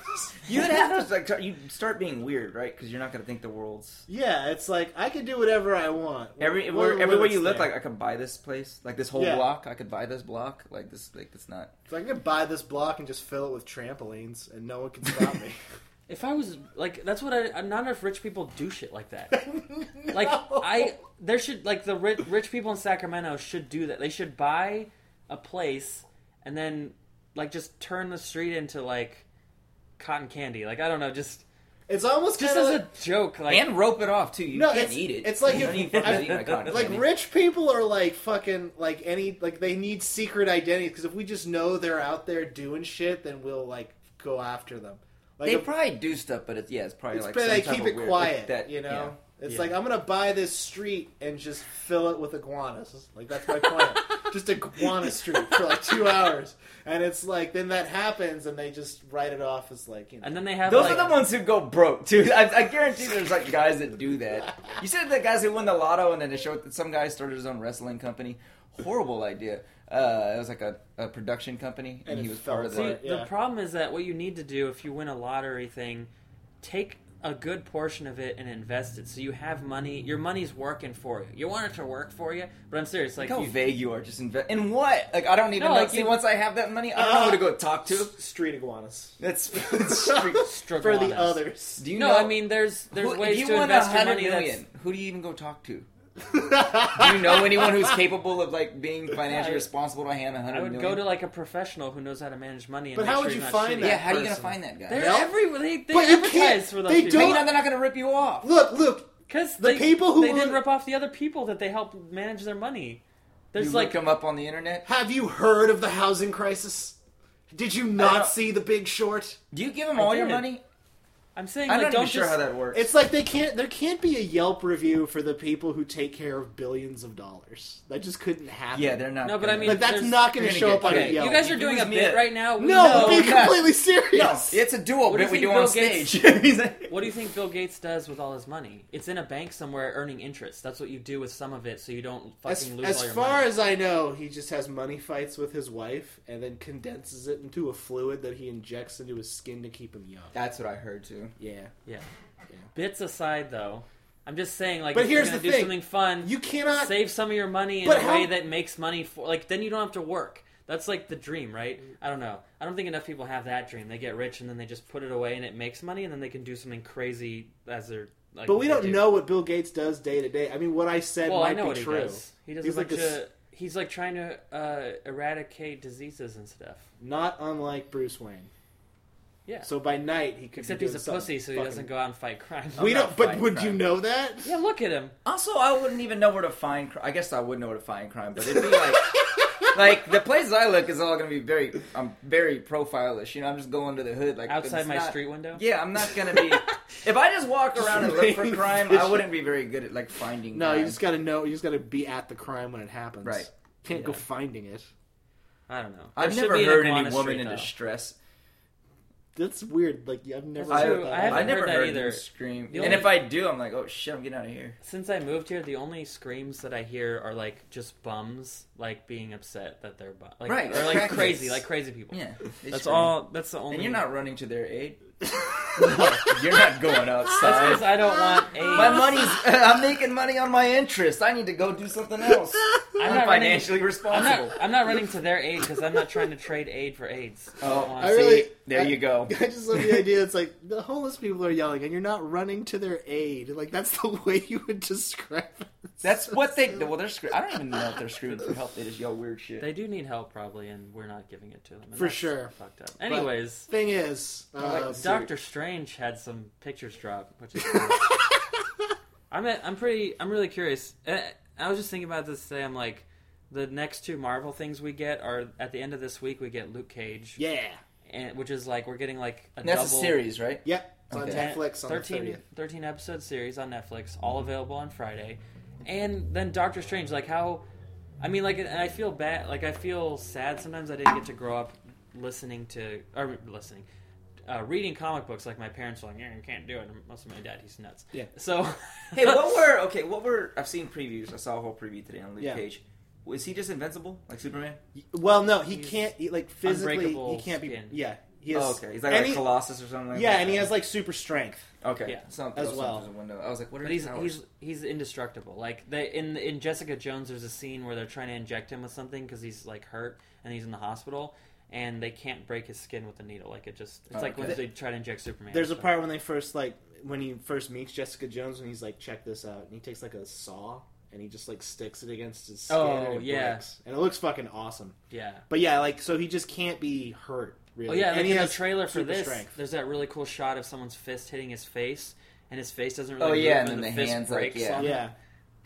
you'd have to like t- you start being weird, right? Because you're not gonna think the world's yeah, it's like I could do whatever I want. What every are where, the everywhere limits you look. there? Like I could buy this place, like this whole Yeah. block. I could buy this block. Like this, like it's not. So I could buy this block and just fill it with trampolines, and no one can stop me. If I was like, that's what I. I'm Not enough rich people do shit like that. Like No. I, there should like the rich, rich people in Sacramento should do that. They should buy a place and then like just turn the street into like cotton candy. Like I don't know, just It's almost just kinda as like- a joke. Like and rope it off too. You No, can't it's- eat it. it's like you if- don't even fucking I- eat my cotton Like candy. rich people are like fucking like any like they need secret identities because if we just know they're out there doing shit, then we'll like go after them. Like they if- probably do stuff, but it's yeah, it's probably it's like better some they type keep of it weird- quiet, like that, you know. It's Yeah. like I'm gonna buy this street and just fill it with iguanas. Like that's my plan. just iguana street for like two hours, and it's like then that happens, and they just write it off as like you know. and then they have Those like, are the ones who go broke too. I, I guarantee there's like guys that do that. You said the guys who won the lotto and then they showed that some guy started his own wrestling company. Horrible idea. Uh, it was like a, a production company, and, And he it was fell part of See, the. apart. yeah. the problem is that what you need to do if you win a lottery thing, take a good portion of it and invest it so you have money. Your money's working for you. You want it to work for you, but I'm serious. Like Look how you, vague you are. Just invest in what? Like I don't even No, know. like See, you- once I have that money, I don't know who to go talk to. street iguanas That's do struggle for the others. others. you no, know? I mean, there's there's who, if ways you to won invest your 100 money. million, That's, Who do you even go talk to? Do you know anyone who's capable of like being financially responsible to hand a I hundred would million? go to like a professional who knows how to manage money. And But make how sure would he's you not find shitty. that yeah, how are you gonna person. find that guy? They're Nope. everywhere. They, they But you can't- advertise for those they people. How don't- you know they're not gonna rip you off? Look, look. Because The they, people who they were- didn't rip off the other people that they help manage their money. There's you like look him up on the internet. Have you heard of the housing crisis? Did you not don't- see The Big Short? Do you give him all your did. money? I'm saying, I'm like, not don't even sure just- how that works. It's like they can't. There can't be a Yelp review for the people who take care of billions of dollars. That just couldn't happen. yeah, they're not. No, but gonna- I mean, like that's there's- not going you're to gonna show get- up on okay, a Yelp. you guys are doing He a was bit mid. right now. We no, know- be we're not. completely No, serious. it's a duel What do you bit we think do Bill on Gates- stage. He's like- What do you think Bill Gates does with all his money? It's in a bank somewhere earning interest. That's what you do with some of it, so you don't As, fucking lose as all your far money. as I know, he just has money fights with his wife and then condenses it into a fluid that he injects into his skin to keep him young. That's what I heard too. Yeah. Bits aside, though, I'm just saying, like, But if here's you're gonna the do thing. something fun, You cannot. save some of your money in But a how- way that makes money for, like, then you don't have to work. That's like the dream, right? I don't know. I don't think enough people have that dream. They get rich and then they just put it away and it makes money, and then they can do something crazy as their. Like, but we they don't do. know what Bill Gates does day to day. I mean, what I said Well, might I know be what true. he does. He does He's a like bunch this- of. He's like trying to uh, eradicate diseases and stuff. Not unlike Bruce Wayne. Yeah. So by night he could. Except be he's doing a something pussy, so he fucking- doesn't go out and fight crime. We I'm don't. not But fighting would you crime. know that? Yeah, look at him. Also, I wouldn't even know where to find. Cr- I guess I would know where to find crime, but it'd be like, like the places I look is all gonna be very, I'm very profilish. You know, I'm just going to the hood, like Outside it's my not- street window. Yeah, I'm not gonna be. if I just walked around and looked for crime, I wouldn't be very good at like finding. No, crime. you just got to know. You just got to be at the crime when it happens. Right. Can't go Yeah. finding it. I don't know. I've There should never be an heard any iguana woman street, in though. distress. That's weird. Like I've never. That's I, heard true. that. I haven't I never heard that heard either. them scream. The and only- if I do, I'm like, oh shit, I'm getting out of here. Since I moved here, the only screams that I hear are like just bums, like being upset that they're bum, like, Right, or like exactly. crazy, like crazy people. Yeah, they that's scream. all. That's the only. And you're not running to their aid. You're not going outside. because I don't want a. My money's. I'm making money on my interest. I need to go do something else. I'm, not running- financially I'm responsible. not. I'm not running to their aid because I'm not trying to trade aid for AIDS. I don't Oh, want I to- really. See, there I- you go. I just love the idea. It's like the homeless people are yelling, and you're not running to their aid. Like that's the way you would describe. It. That's what they. Well, they're. Scre- I don't even know if they're screaming for help. They just yell weird shit. They do need help probably, and we're not giving it to them. and For that's sure. Fucked up. Anyways, Thing is, uh, Dude. Doctor Strange had some pictures drop, which is. I'm at, I'm pretty I'm really curious. Uh, I was just thinking about this today. I'm like, the next two Marvel things we get are at the end of this week. We get Luke Cage, yeah, and which is like we're getting like a And that's double a series, right? yep. It's on Okay. Netflix on 13, the 30th. 13 episode series on Netflix, all available on Friday. And then Doctor Strange, like how, I mean, like and I feel bad, like I feel sad sometimes. I didn't get to grow up listening to or listening, uh, reading comic books. Like my parents were like, "Yeah, you can't do it." And most of my dad, he's nuts. Yeah. So, Hey, what were okay? What were? I've seen previews. I saw a whole preview today on Luke Yeah. Cage. Was he just invincible like Superman? Well, no, he He's can't. He, like physically, he unbreakable can't be. skin. Yeah, he has. oh, okay. He's like, and a he- Colossus or something. Like Yeah, that. and he has like super strength. okay. Yeah. Something As else well. went through the window. I was like, what are but his he's powers? he's he's indestructible. Like they in in Jessica Jones, there's a scene where they're trying to inject him with something because he's like hurt and he's in the hospital. And they can't break his skin with a needle. Like it just—it's Oh, like when okay. they try to inject Superman. There's a So- part when they first like when he first meets Jessica Jones and he's like, check this out, and he takes like a saw and he just like sticks it against his skin Oh, and it yeah. breaks, and it looks fucking awesome. Yeah. But yeah, like so he just can't be hurt. Really. Oh yeah, and like he in the has trailer for super this, strength. there's that really cool shot of someone's fist hitting his face, and his face doesn't Oh, really. yeah, move, and then the fist hands, like, breaks yeah. on him. Yeah,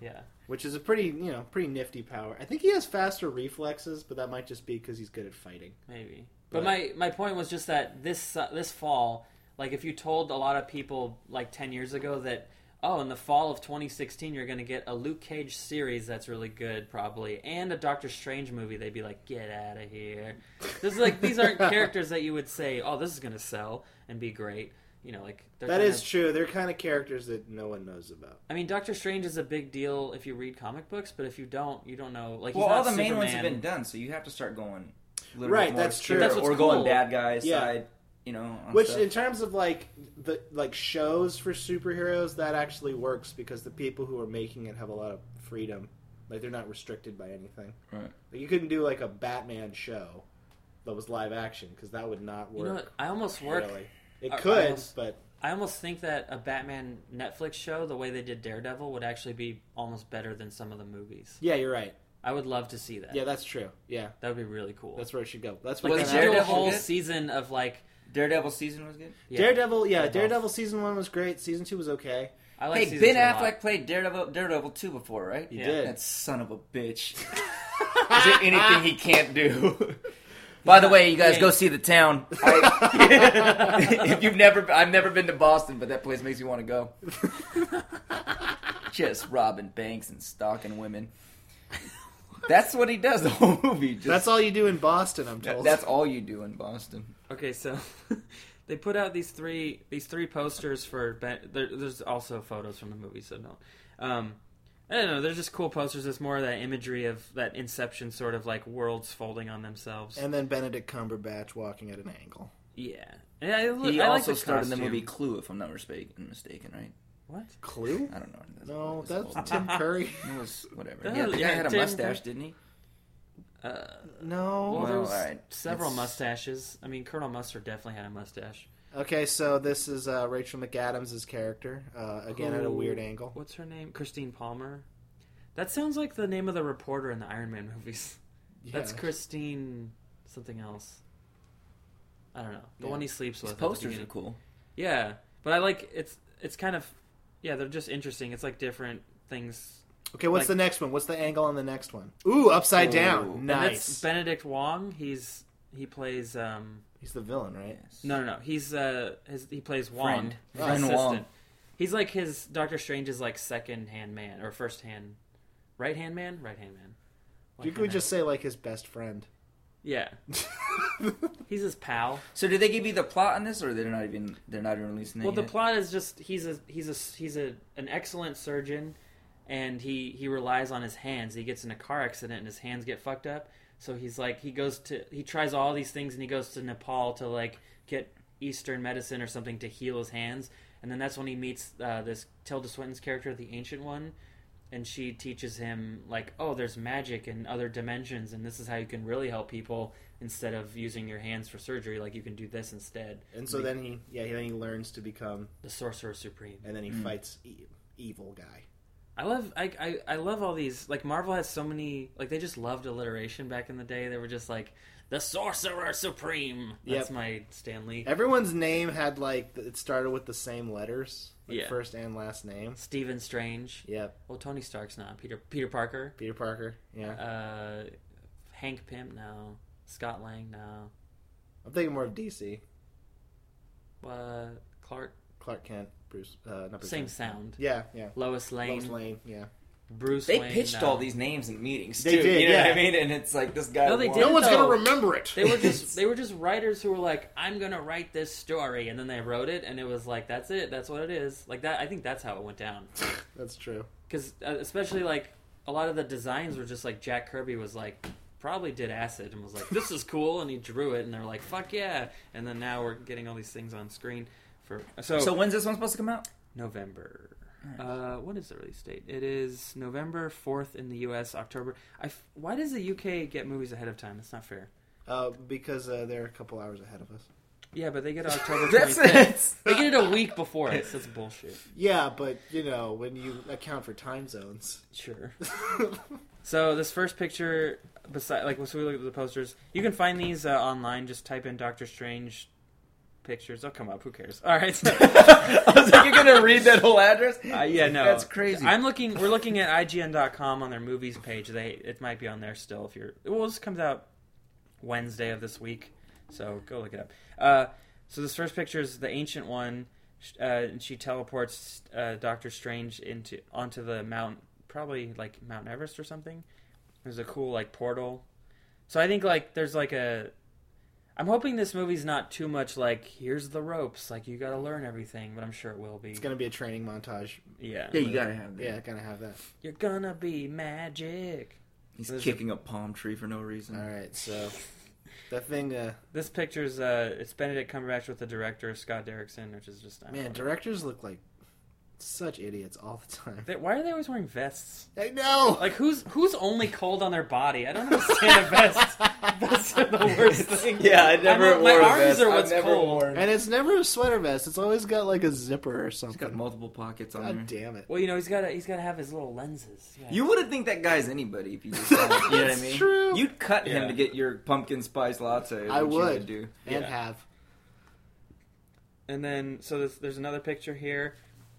yeah. which is a pretty you know pretty nifty power. I think he has faster reflexes, but that might just be because he's good at fighting. Maybe. But But- my my point was just that this uh, this fall, like if you told a lot of people like 10 years ago that oh, in the fall of 2016 you're going to get a Luke Cage series that's really good probably and a Doctor Strange movie, they'd be like, "Get out of here." This is like these aren't characters that you would say, "Oh, this is going to sell and be great." You know, like they're That kind is of- true. They're kind of characters that no one knows about. I mean, Doctor Strange is a big deal if you read comic books, but if you don't, you don't know. Like, he's well, not all the main Superman. ones have been done, so you have to start going. a little Right, bit more that's true. obscure, That's what's or cool. going bad guys Yeah. side. You know, on Which, stuff. in terms of like the like shows for superheroes, that actually works because the people who are making it have a lot of freedom. Like they're not restricted by anything. Right. Like, you couldn't do like a Batman show that was live action because that would not You know work. what? I almost work. Really. It I- I could, almost- but I almost think that a Batman Netflix show, the way they did Daredevil, would actually be almost better than some of the movies. Yeah, you're right. I would love to see that. Yeah, that's true. Yeah, That would be really cool. that's where it should go. That's like what they Was should do a Daredevil whole good? season of like. Daredevil season was good. Yeah, Daredevil. Yeah, Daredevil. Daredevil season one was great. Season two was okay. I like hey, season Ben two a lot. Affleck played Daredevil Daredevil two before, right? He Yeah. did. That son of a bitch. Is there anything he can't do? By the way, you guys Yeah. go see the town. I- if you've never, I've never been to Boston, but that place makes me want to go. Just robbing banks and stalking women. That's what he does the whole movie. Just, that's all you do in Boston, I'm that- told. that's all you do in Boston. Okay, so they put out these three these three posters for Ben. There, there's also photos from the movie, so don't. Um, I don't know. They're just cool posters. It's more of that imagery of that Inception sort of like worlds folding on themselves. and then Benedict Cumberbatch walking at an angle. yeah, and I, li- He I like also the starred in the costume. movie Clue, if I'm not mistaken, mistaken right? What? Clue? I don't know. No, It was that's old. Tim Curry. It was whatever. The yeah, hell- the guy yeah, had a Tim mustache, Curry. didn't he? Uh, well, No. Well, there was alright. several It's- mustaches. I mean, Colonel Mustard definitely had a mustache. Okay, so this is uh, Rachel McAdams' character uh, again at a Who- weird angle. What's her name? Christine Palmer. That sounds like the name of the reporter in the Iron Man movies. That's Yeah. Christine something else. I don't know. The Yeah. one he sleeps with. These at the posters are beginning. cool. Yeah. But I like it's it's kind of yeah, they're just interesting. It's like different things. Okay, what's Like- the next one? What's the angle on the next one? Ooh, upside Ooh. down. And And that's Nice. Benedict Wong. He's he plays um He's the villain, right? Yes. no no no. He's uh his he plays Wong. Friend. his Friend assistant. Wong. He's like his Doctor Strange's like second hand man or first hand right hand man? Right hand man. You Left-hand could man. just say like his best friend. Yeah. He's his pal. So did they give you the plot on this, or they're not even they're not even releasing it? Well, the yet? plot is just he's a he's a he's a an excellent surgeon, and he he relies on his hands. He gets in a car accident and his hands get fucked up. So he's like he goes to he tries all these things and he goes to Nepal to like get Eastern medicine or something to heal his hands. And then that's when he meets uh, this Tilda Swinton's character, the Ancient One, and she teaches him like, oh, there's magic in other dimensions, and this is how you can really help people instead of using your hands for surgery. Like you can do this instead. And so then he, yeah, then he learns to become, The Sorcerer Supreme. and then he Mm. fights e- evil guy. I love I, I I love all these like Marvel has so many like they just loved alliteration back in the day. They were just like the Sorcerer Supreme. That's Yep. my Stanley Everyone's name had like th- it started with the same letters, like Yeah. first and last name. Stephen Strange. Yep, Well, Tony Stark's not Peter Peter Parker. Peter Parker. Yeah, Uh, Hank Pym no. Scott Lang no. I'm thinking more of DC. Uh, Clark Clark Kent, Bruce. Uh, not Bruce same Wayne. sound. Yeah, yeah. Lois Lane. Lois Lane. Yeah. Bruce. they Wayne, pitched no. all these names in meetings. They too, did, You know yeah. what I mean? And it's like this guy. No, they won. didn't. No one's gonna remember it. They were just they were just writers who were like, I'm gonna write this story, and then they wrote it, and it was like, that's it, that's what it is. Like that. I think that's how it went down. That's true. because uh, especially like a lot of the designs were just like Jack Kirby was like probably did acid and was like this is cool and he drew it and they're like fuck yeah and then now we're getting all these things on screen for so, So when's this one supposed to come out? November. Uh, what is the release date? It is November fourth in the U.S. October. I f- why does the U.K. get movies ahead of time? That's not fair. Uh, because uh, they're a couple hours ahead of us. Yeah, but they get October That's 25th. it. They get it a week before us. That's bullshit. Yeah, but you know when you account for time zones. Sure. So this first picture, beside like so we look at the posters. You can find these uh, online. Just type in Doctor Strange pictures. They'll come up. Who cares? All right. So, I was like, you're gonna read that whole address? uh, yeah, no, That's crazy. I'm looking. We're looking at IGN.com on their movies page. They it might be on there still. If you're well, this comes out Wednesday of this week, so go look it up. Uh, so this first picture is the ancient one. Sh- Uh, and she teleports uh, Doctor Strange into onto the mount, probably like Mount Everest or something. There's a cool like portal. So I think like there's like a. I'm hoping this movie's not too much like here's the ropes, like you got to learn everything, but I'm sure it will be. It's gonna be a training montage. yeah. Yeah, you gotta have that. Yeah, gonna have that. You're gonna be magic. He's There's a- kicking a... palm tree for no reason. Hmm. All right, so that thing. Uh, This picture's uh, it's Benedict Cumberbatch with the director Scott Derrickson, which is just I don't man, know. directors look like Such idiots all the time. They, why are they always wearing vests? I know. Like who's who's only cold on their body? I don't understand a vest. Vests are the worst thing. Yeah, I never mean, my wore arms a vest. are I've what's never cold. worn. and it's never a sweater vest. It's always got like a zipper or It's got something. multiple pockets on there. God damn it. Well, you know he's got to he's got to have his little lenses. Yeah. You wouldn't think that guy's anybody if you just saw him. You know what I That's mean? true. You'd cut him Yeah. to get your pumpkin spice latte. is I what you would. do. And Yeah. have. And then, so this, there's another picture here.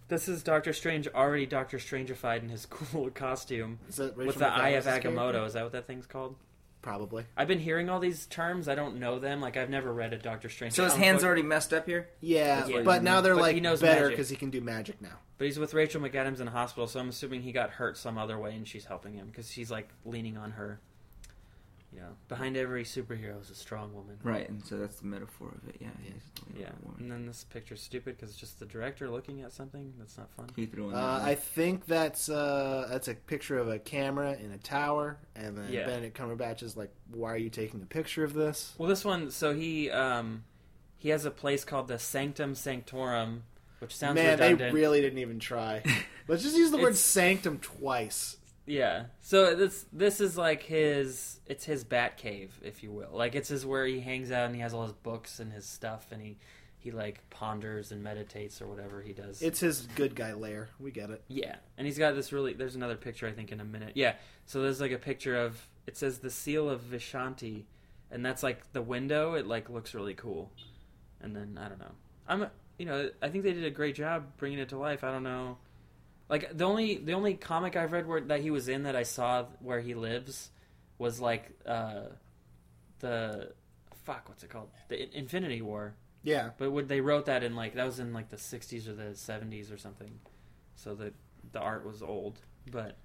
This is Doctor Strange already Doctor Strangified in his cool costume Is that Rachel with the Eye of McAdams' character? Agamotto. Is that what that thing's called? Probably. I've been hearing all these terms. I don't know them. Like I've never read a Doctor Strange. So his comic hands book, already messed up here. Yeah, That's what but you now mean. they're But like he knows better magic. because he can do magic now. but he's with Rachel McAdams in a hospital. So I'm assuming he got hurt some other way, and she's helping him because she's like leaning on her. You know, behind every superhero is a strong woman. Right, and so that's the metaphor of it. Yeah, he's Yeah, and then this picture's stupid because it's just the director looking at something. That's not fun. He threw in Uh, that I think that's uh, that's a picture of a camera in a tower, and then Yeah. Benedict Cumberbatch is like, "Why are you taking a picture of this?" Well, this one, so he um, he has a place called the Sanctum Sanctorum, which sounds Man, redundant. they really didn't even try. Let's just use the word It's- sanctum twice. yeah. So this this is like his it's his bat cave, if you will. Like it's his where he hangs out and he has all his books and his stuff and he he like ponders and meditates or whatever he does. It's his good guy lair. We get it. Yeah, and he's got this really. There's another picture I think in a minute. Yeah, so there's like a picture of it says the seal of Vishanti, and that's like the window. It like looks really cool, and then I don't know. I'm you know I think they did a great job bringing it to life. I don't know, like the only the only comic I've read where that he was in that I saw where he lives was like uh the fuck what's it called the In- Infinity War. Yeah, But would they wrote that in like that was in like the '60s or the '70s or something, so that the art was old, but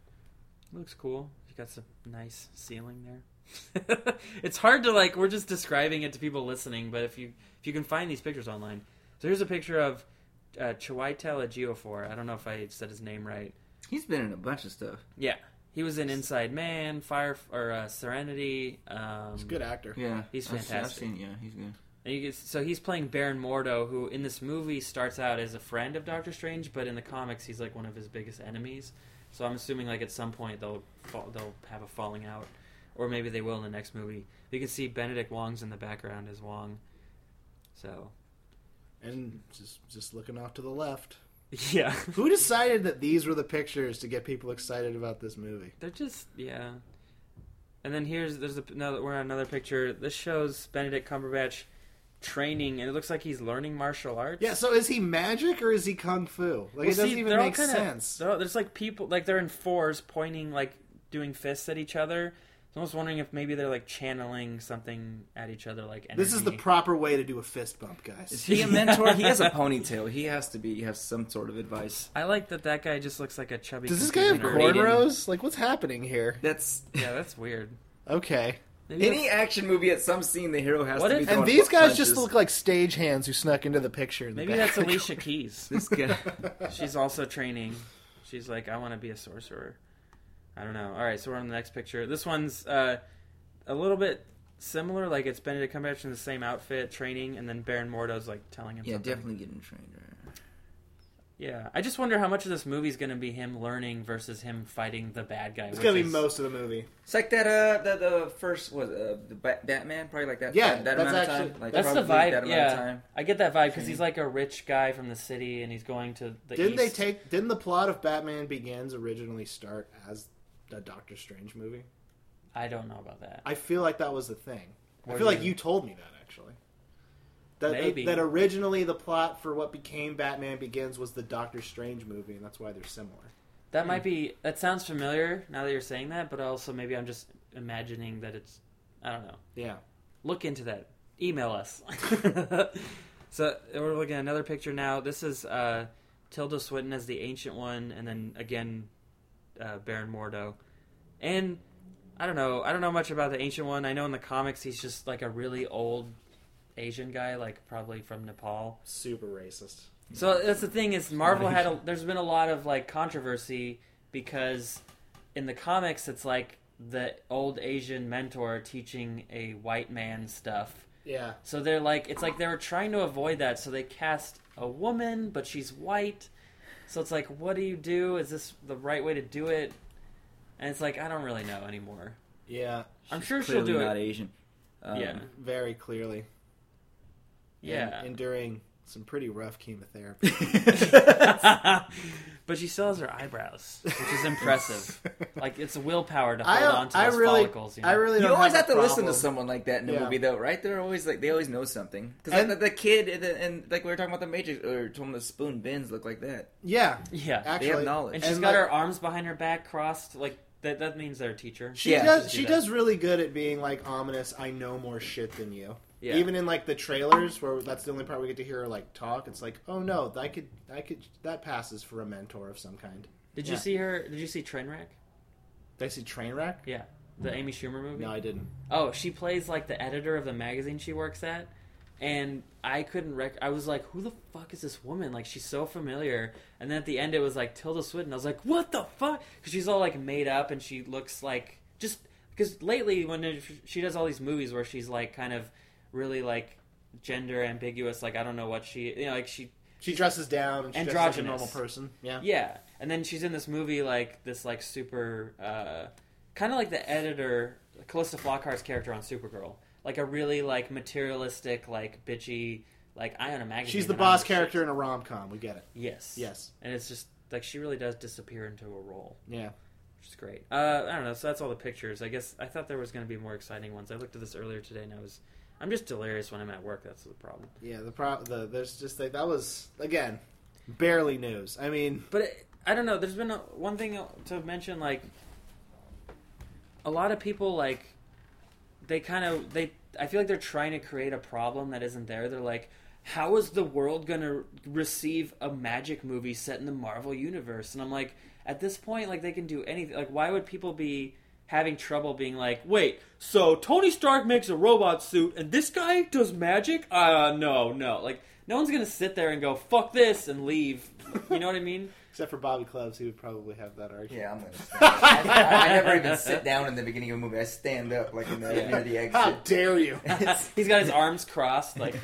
it looks cool. You got some nice ceiling there. it's hard to like. We're just describing it to people listening, but if you if you can find these pictures online, so here's a picture of uh, Chiwetel Ejiofor. I don't know if I said his name right. He's been in a bunch of stuff. Yeah, he was in Inside Man, Fire or uh, Serenity. Um, he's a good actor. Yeah, He's I've seen- fantastic. I've seen, yeah, he's good. And you get, so he's playing Baron Mordo, who in this movie starts out as a friend of Doctor Strange, but in the comics he's like one of his biggest enemies. So I'm assuming like at some point they'll fall, they'll have a falling out, or maybe they will in the next movie. You can see Benedict Wong's in the background as Wong. So And just just looking off to the left. yeah, Who decided that these were the pictures to get people excited about this movie? they're just yeah. And then here's there's a, another we're on another picture. This shows Benedict Cumberbatch training, and it looks like he's learning martial arts. Yeah, so is he magic or is he kung fu? Like it Well, doesn't see, even they're all make kinda- sense. they're all- there's like people like they're in fours pointing like doing fists at each other. So I was wondering if maybe they're like channeling something at each other like energy. This is the proper way to do a fist bump, guys. Is he a mentor? he has a ponytail. He has to be. Have some sort of advice. I like that that guy just looks like a chubby. Does this guy have computer nerd. corn- cornrows? Like, what's happening here? That's Yeah, that's weird. Okay. Maybe any action movie. At some scene, the hero has What to if- be. And throwing these guys punches. just look like stagehands who snuck into the picture. In the that's, maybe that's back. Alicia Keys. This guy. She's also training. She's like, I want to be a sorcerer. I don't know. All right, so we're on the next picture. This one's uh, a little bit similar. Like it's Benedict Cumberbatch in the same outfit, training, and then Baron Mordo's like telling him. yeah, something. definitely getting trained. Right? Yeah, I just wonder how much of this movie's going to be him learning versus him fighting the bad guy. It's which gonna be is- most of the movie. It's like that. Uh, the, the first was uh, the Bat- Batman. Probably like that. Yeah, that, that that's amount of actually- time. Like That's the probably vibe. That amount yeah, of time. I get that vibe because he's like a rich guy from the city, and he's going to the. Didn't they east. take? Didn't the plot of Batman Begins originally start as a Doctor Strange movie? I don't know about that. I feel like that was the thing. I Or feel like you- you told me that actually. That, uh, Maybe. that originally the plot for what became Batman Begins was the Doctor Strange movie, and that's why they're similar. That might be. That sounds familiar now that you're saying that, but also maybe I'm just imagining that it's. I don't know. Yeah. Look into that. Email us. so we're looking at another picture now. This is uh, Tilda Swinton as the Ancient One, and then again uh, Baron Mordo. And I don't know. I don't know much about the Ancient One. I know in the comics he's just like a really old Asian guy, like probably from Nepal. Super racist. So that's the thing is Marvel had a, there's been a lot of like controversy because in the comics it's like the old Asian mentor teaching a white man stuff. Yeah. So they're like it's like they were trying to avoid that so they cast a woman but she's white. So it's like, what do you do? Is this the right way to do it? And it's like, I don't really know anymore. Yeah, I'm She's sure she'll do clearly not it. Asian. Um, Yeah. very clearly. Yeah. And enduring some pretty rough chemotherapy. but she still has her eyebrows, which is impressive. like it's willpower to I hold on to I those really, follicles. You know? I really. You don't always have, have a to listen to problem. someone like that in a Yeah. movie, though, right? They're always like they always know something. Because And- the, the kid and, the, and like we were talking about the Matrix or told him the spoon bins look like that. Yeah, yeah, actually, they have knowledge. and she's and got like- her arms behind her back crossed. Like that. That means they're a teacher. She Yeah, does. just do She that. does really good at being like ominous. I know more shit than you. Yeah. Even in like the trailers, where that's the only part we get to hear her like talk. It's like, oh no, I could, I could, that passes for a mentor of some kind. Did Yeah. you see her? Did you see Trainwreck? Did I see Trainwreck? Yeah, the Amy Schumer movie. No, I didn't. Oh, she plays like the editor of the magazine she works at, and I couldn't rec. I was like, "Who the fuck is this woman?" Like, she's so familiar. And then at the end, it was like Tilda Swinton. I was like, "What the fuck?" Because she's all like made up, and she looks like just because lately when it- she does all these movies where she's like kind of really like gender ambiguous. Like, I don't know what she, you know, like she She dresses down and she dresses like a Androgynous. normal person. Yeah. yeah, and then she's in this movie like this like super uh, kind of like the editor Callista Flockhart's character on Supergirl, like a really like materialistic like bitchy like I own a magazine. She's the and I'm boss shit. character in a rom com. We get it. Yes. Yes. And it's just like she really does disappear into a role, Yeah. which is great. Uh, I don't know. So that's all the pictures. I guess I thought there was going to be more exciting ones. I looked at this earlier today, and I was I'm just delirious when I'm at work. That's the problem. Yeah. The pro. The there's just like that was again, barely news. I mean, But it, I don't know. There's been a, one thing to mention, like a lot of people, like they kind of they. I feel like they're trying to create a problem that isn't there. They're like, how is the world gonna receive a magic movie set in the Marvel universe? And I'm like, at this point, like they can do anything. Like, why would people be having trouble being like, wait, so Tony Stark makes a robot suit and this guy does magic? Uh, no, no. Like, no one's gonna sit there and go, fuck this and leave. You know what I mean? except for Bobby Clubs, he would probably have that argument. Yeah, I'm gonna. Stand up. I, I never even sit down in the beginning of a movie. I stand up like in the near the How exit. dare you? he's got his arms crossed, like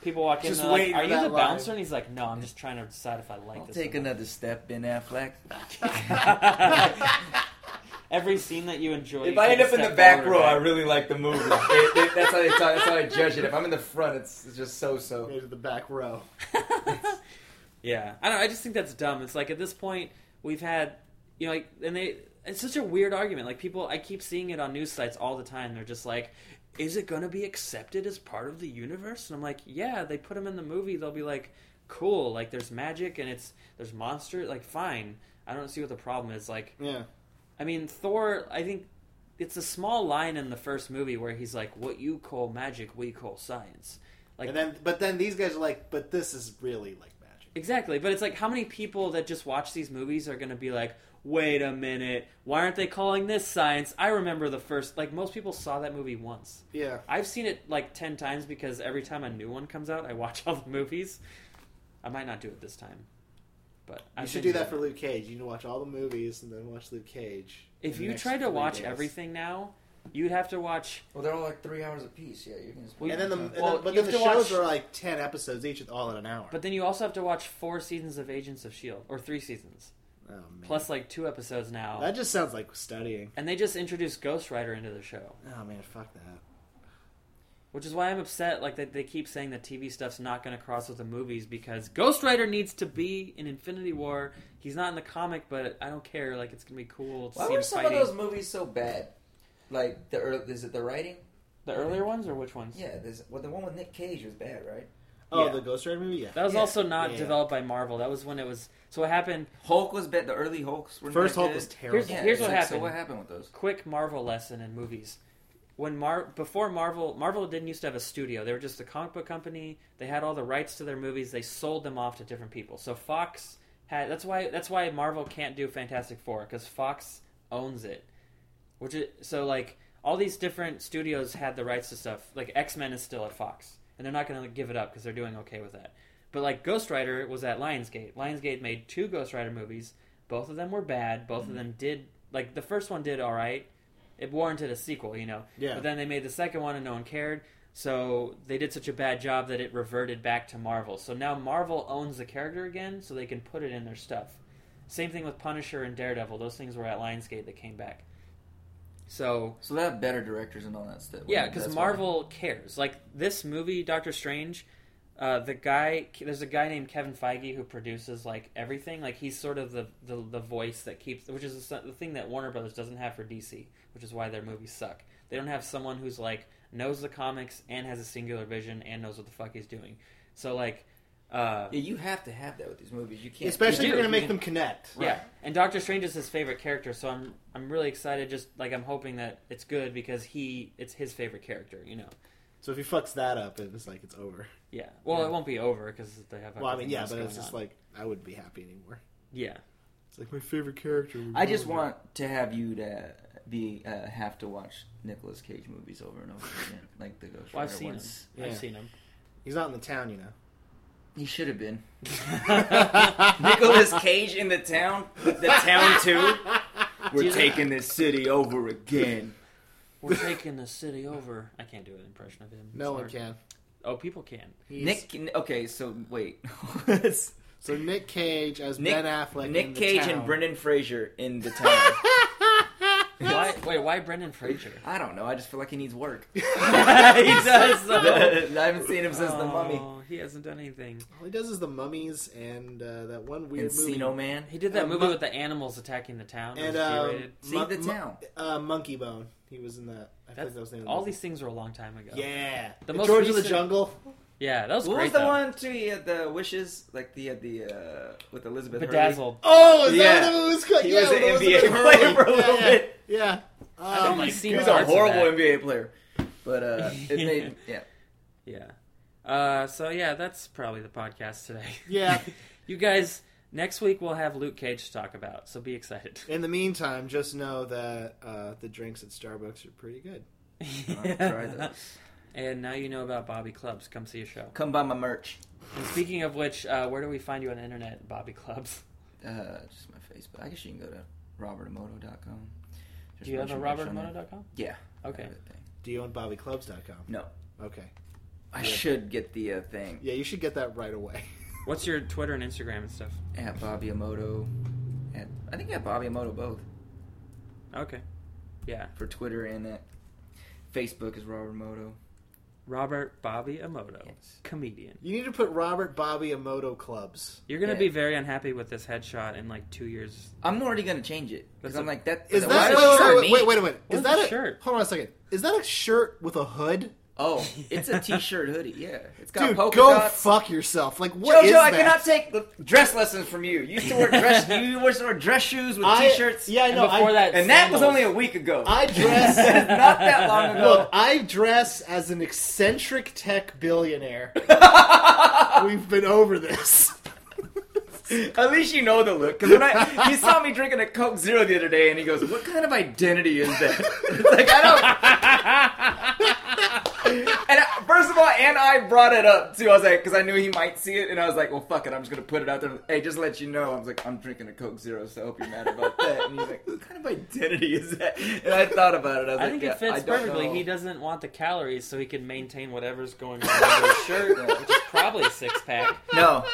people walk Just in. they're Like, waiting Are for you that the line. bouncer? And he's like, No, I'm just trying to decide if I like I'll this. take or not." another step, Ben Affleck. Every scene that you enjoy. If you I take end a up in the step back forward or row, I back. really like the movie. It- it- that's, how they talk, that's how I judge it. If I'm in the front, it's, it's just so-so. Made it to the back row. yeah, I don't. I just think that's dumb. It's like at this point we've had, you know, like, and they. It's such a weird argument. Like people, I keep seeing it on news sites all the time. They're just like, "Is it going to be accepted as part of the universe?" And I'm like, "Yeah, they put them in the movie. They'll be like, cool. Like there's magic and it's there's monster. Like fine. I don't see what the problem is. Like Yeah. I mean, Thor, I think it's a small line in the first movie where he's like, what you call magic, we call science. Like, and then, but then these guys are like, but this is really like magic. exactly. But it's like, how many people that just watch these movies are going to be like, wait a minute, why aren't they calling this science? I remember the first, like, most people saw that movie once. Yeah. I've seen it like 10 times because every time a new one comes out, I watch all the movies. I might not do it this time. But You I should do that for Luke Cage. You need to watch all the movies and then watch Luke Cage. If in the you next tried to three watch days. everything now, you'd have to watch Well, they're all like three hours apiece. Yeah, you can just. Well, and then the, and then- Well, but you then the have to shows watch- are like ten episodes each, all in an hour. But then you also have to watch four seasons of Agents of Shield, E or three seasons, oh, man. plus like two episodes now. that just sounds like studying. And they just introduced Ghost Rider into the show, Oh man, fuck that. which is why I'm upset. Like they, they keep saying the TV stuff's not going to cross with the movies because Ghost Rider needs to be in Infinity War. He's not in the comic, but I don't care. Like it's going to be cool. To Why see were him some fighting. of those movies so bad? Like the ear- is it the writing? The earlier ones or which ones? Yeah, this well the one with Nick Cage was bad, right? Oh, Yeah. the Ghost Rider movie. Yeah. That was Yeah. also not Yeah. developed by Marvel. That was when it was. So what happened? Hulk was bad. The early Hulks were First not Hulk good. was terrible. Yeah. Here's it's what like, So happened. what happened with those? quick Marvel lesson in movies. When Mar before Marvel, Marvel didn't used to have a studio. They were just a comic book company. They had all the rights to their movies. They sold them off to different people. So Fox had that's why that's why Marvel can't do Fantastic Four because Fox owns it. Which is, so like all these different studios had the rights to stuff. Like X Men is still at Fox, and they're not going to give it up because they're doing okay with that. But like Ghost Rider was at Lionsgate. Lionsgate made two Ghost Rider movies. Both of them were bad. Both of them did like the first one did all right. It warranted a sequel, you know. Yeah. But then they made the second one and no one cared. So they did such a bad job that it reverted back to Marvel. So now Marvel owns the character again, so they can put it in their stuff. Same thing with Punisher and Daredevil. Those things were at Lionsgate that came back. So So they have better directors and all that stuff. yeah, That's because why. Marvel cares. Like this movie, Doctor Strange. Uh, the guy, there's a guy named Kevin Feige who produces like everything. Like he's sort of the the, the voice that keeps, which is the, the thing that Warner Brothers doesn't have for DC, which is why their movies suck. They don't have someone who's like knows the comics and has a singular vision and knows what the fuck he's doing. So like, uh, Yeah, you have to have that with these movies. You can't. Especially You if do. you're going to You make can- them connect. yeah, and Doctor Strange is his favorite character, so I'm I'm really excited. Just like I'm hoping that it's good because he it's his favorite character, you know. So if he fucks that up, it's like it's over. Yeah. Well, Yeah. it won't be over because they have. Well, I mean, everything yeah, else but going it's just on. like I wouldn't be happy anymore. Yeah. It's like my favorite character. I just want to have you to be uh, have to watch Nicolas Cage movies over and over again, like the Ghost Well, I've Rider seen ones. I've Yeah. seen him. He's not in the town, you know. He should have been Nicolas Cage in the town, the town too. We're taking this city over again. We're taking the city over. I can't do an impression of him. No one Sorry. can. Oh, people can. He's- Nick, okay, so wait, So Nick Cage as Nick- Ben Affleck. in Nick the Cage town. and Brendan Fraser in the town. Why? Wait, why Brendan Fraser? I don't know. I just feel like he needs work. he does. I Though. haven't seen him since the Mummy. Oh, he hasn't done anything. All he does is the mummies and uh, that one weird Encino movie. Man. He did that Uh, movie mu- with the animals attacking the town. It And was um, G-rated. See Mon- the Mon- town. uh, Monkey Bone. He was in that. I That's- think that was the name. all of the these things were a long time ago. movie. Yeah. The The most George of recent- the Jungle. Yeah, that was What great. was the though. one too? He had the wishes, like the the uh, with Elizabeth. Hurley? Bedazzled. Oh, is Yeah. that what it was called? He yeah, was an it NBA Elizabeth player Hurley. for a little yeah, bit. Yeah. I've Um, only He Oh, seen was parts a of horrible that. NBA player, but uh, it made yeah. Yeah. Uh, so yeah, that's probably the podcast today. Yeah. you guys, next week we'll have Luke Cage to talk about, so be excited. In the meantime, just know that uh, the drinks at Starbucks are pretty good. I'll try those. And now you know about Bobby Clubs. Come see a show. Come buy my merch. And speaking of which, uh, where do we find you on the internet, Bobby Clubs? Uh, just my Facebook. I guess you can go to robertamoto.com. There's Do you have bunch a of merch on there. robertmono.com? Yeah. Okay. everything. Do you own BobbyClubs.com? No. Okay. Yeah. I should get the uh, thing. Yeah, you should get that right away. What's your Twitter and Instagram and stuff? at Bobby Amoto. At, I think at Bobby Amoto both Okay. Yeah. for Twitter and at Facebook is Robert Moto. Robert Bobby Emoto, Yes. comedian. You need to put Robert Bobby Emoto Clubs. You're going to Yeah. be very unhappy with this headshot in like two years. I'm already gonna change it because That's I'm a- like that. Is that- that why wait, does it wait, hurt wait, me? wait, wait, wait. What Is is that the a shirt? Hold on a second. Is that a shirt with a hood? Oh, it's a T-shirt hoodie. Yeah, it's got Dude, go polka dots. fuck yourself. Like what Jojo, is I that? cannot take the dress lessons from you. You used to wear dress. you used to wear dress shoes with I- T-shirts. Yeah, I know. before I, that- and that was sandals. only a week ago. I dress. It's not that long ago. Look, I dress as an eccentric tech billionaire. We've been over this. At least you know the look. Because when I he saw me drinking a Coke Zero the other day, and he goes, "What kind of identity is that?" like I don't. and I, first of all, and I brought it up too. I was like, because I knew he might see it, and I was like, "Well, fuck it, I'm just gonna put it out there." Hey, just to let you know, I was like, "I'm drinking a Coke Zero, so I hope you're mad about that." And he's like, "What kind of identity is that?" And I thought about it. I was I like, think yeah, it fits I don't perfectly. Know. He doesn't want the calories, so he can maintain whatever's going on under his shirt, Yeah. which is probably a six pack. No,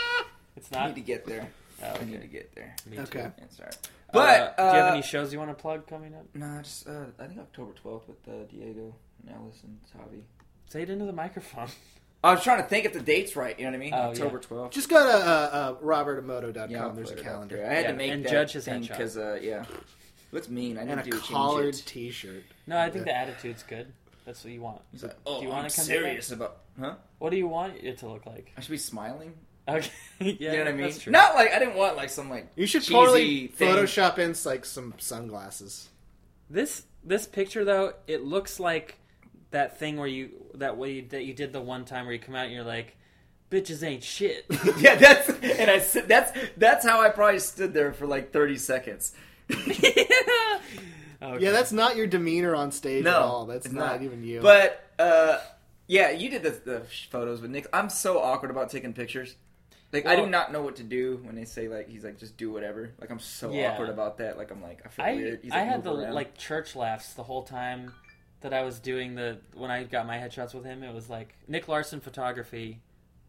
It's I not. need to get there. Oh, okay. I need to get there. Me too. Okay. Yeah, Sorry. Uh, But do you have uh, any shows you want to plug coming up? No, just uh, I think October twelfth with uh, Diego and Alice and Tavi. Say it into the microphone. I was trying to think if the date's right. You know what I mean? Oh, yeah. October twelfth. Just go to uh, uh, robertamoto.com. Yeah, I'll There's a put it up there. calendar I had Yeah, to make and that judge his headshot. because uh, yeah, looks mean. I need and to a do collared change it. T-shirt. No, I think Yeah. the attitude's good. That's what you want. He's like, oh, Do you I'm wanna come do that? serious about? Huh? What do you want it to look like? I should be smiling. Okay, yeah, you know what I mean? That's true. Not like I didn't want like some like You should cheesy totally thing. Photoshop in like some sunglasses. This this picture though, it looks like that thing where you that way that you did the one time where you come out and you're like, bitches ain't shit. yeah, that's and I said that's that's how I probably stood there for like thirty seconds. Okay. Yeah, that's not your demeanor on stage no, at all. That's it's not, even you. But uh, yeah, you did the, the photos with Nick. I'm so awkward about taking pictures. Like I Well- do not know what to do when they say like he's like just do whatever. Like I'm so Yeah. awkward about that. Like I'm like I feel I weird. He's, I had move the around. like church laughs the whole time. that I was doing the when I got my headshots with him. It was like Nick Larson photography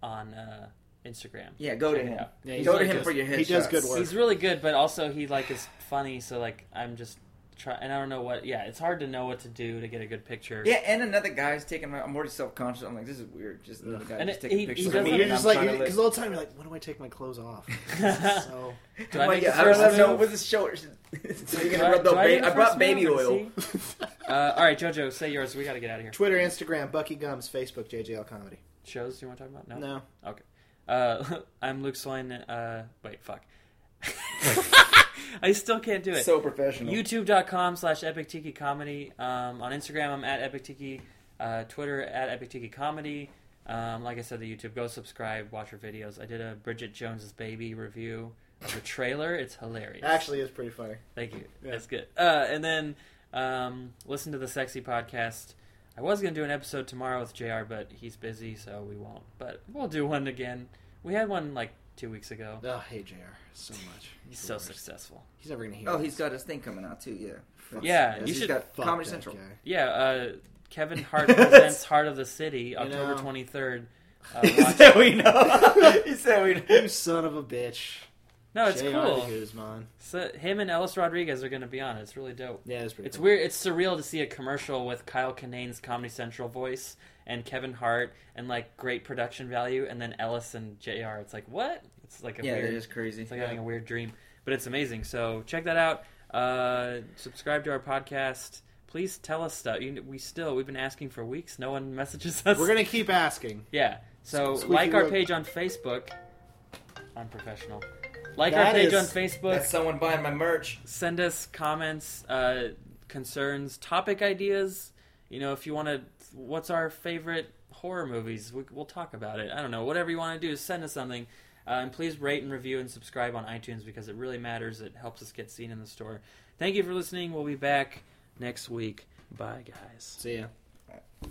on uh, Instagram. Yeah, go to Check it him. out. Yeah, go to really him does- for your headshots. He does good work. He's really good, but also he like is funny. So like I'm just trying, and I don't know what. Yeah, it's hard to know what to do to get a good picture. Yeah, and another guy's taking my. I'm already self conscious. I'm like, this is weird. Just another guy And just it- taking he- he pictures I of doesn't- me. Doesn't- mean, you're just and I'm like trying to because look- all the time you're like, when do I take my clothes off? so Do I'm I like, make yeah, the I don't first know move? what this show. so you're Do I- gonna rub the do I do ba- the I brought first baby move or oil. see? Uh, all right, JoJo, say yours. We got to get out of here. Twitter, Instagram, Bucky Gums, Facebook, JJL Comedy. Shows you want to talk about? No. No, Uh, I'm Luke Swain. Uh, wait, fuck. I still can't do it. So professional. YouTube.com slash Epic Tiki Comedy. Um, on Instagram, I'm at Epic Tiki. Uh, Twitter, at Epic Tiki Comedy. Um, like I said, the YouTube, go subscribe, watch her videos. I did a Bridget Jones's Baby review of the trailer. It's hilarious. actually, it's pretty funny. Thank you. Yeah. That's good. Uh, and then um, listen to the Sexy Podcast. I was going to do an episode tomorrow with JR, but he's busy, so we won't. But we'll do one again. We had one like two weeks ago. Oh, hey Jr. So much. He's the so worst. successful. He's never gonna hear. Oh, this. he's got his thing coming out too. Yeah. Yeah, Yes, you he's should- got Fuck Comedy that Central. guy. Yeah, uh, Kevin Hart presents Heart of the City, October know. 23rd. Uh, He watch- said we know. he said we know. You son of a bitch. no, it's J.R. cool. Guzman. So him and Ellis Rodriguez are going to be on it. It's really dope. Yeah, it's pretty. It's cool. weird. It's surreal to see a commercial with Kyle Kinane's Comedy Central voice and Kevin Hart and like great production value, and then Ellis and Jr. It's like what? It's like a Yeah, that weird. is crazy. It's like having a weird dream, but it's amazing. So check that out. Uh, subscribe to our podcast. Please tell us stuff. You, we still we've been asking for weeks. No one messages us. We're gonna keep asking. Yeah. So Squeaky like our wheel. page on Facebook. Unprofessional. Like our That page is- on Facebook That's someone buying my merch. send us comments, uh, concerns, topic ideas. You know, if you want to, what's our favorite horror movies? We, we'll talk about it. I don't know. Whatever you want to do, send us something. Uh, and please rate and review and subscribe on iTunes because it really matters. It helps us get seen in the store. Thank you for listening. We'll be back next week. Bye, guys. See ya.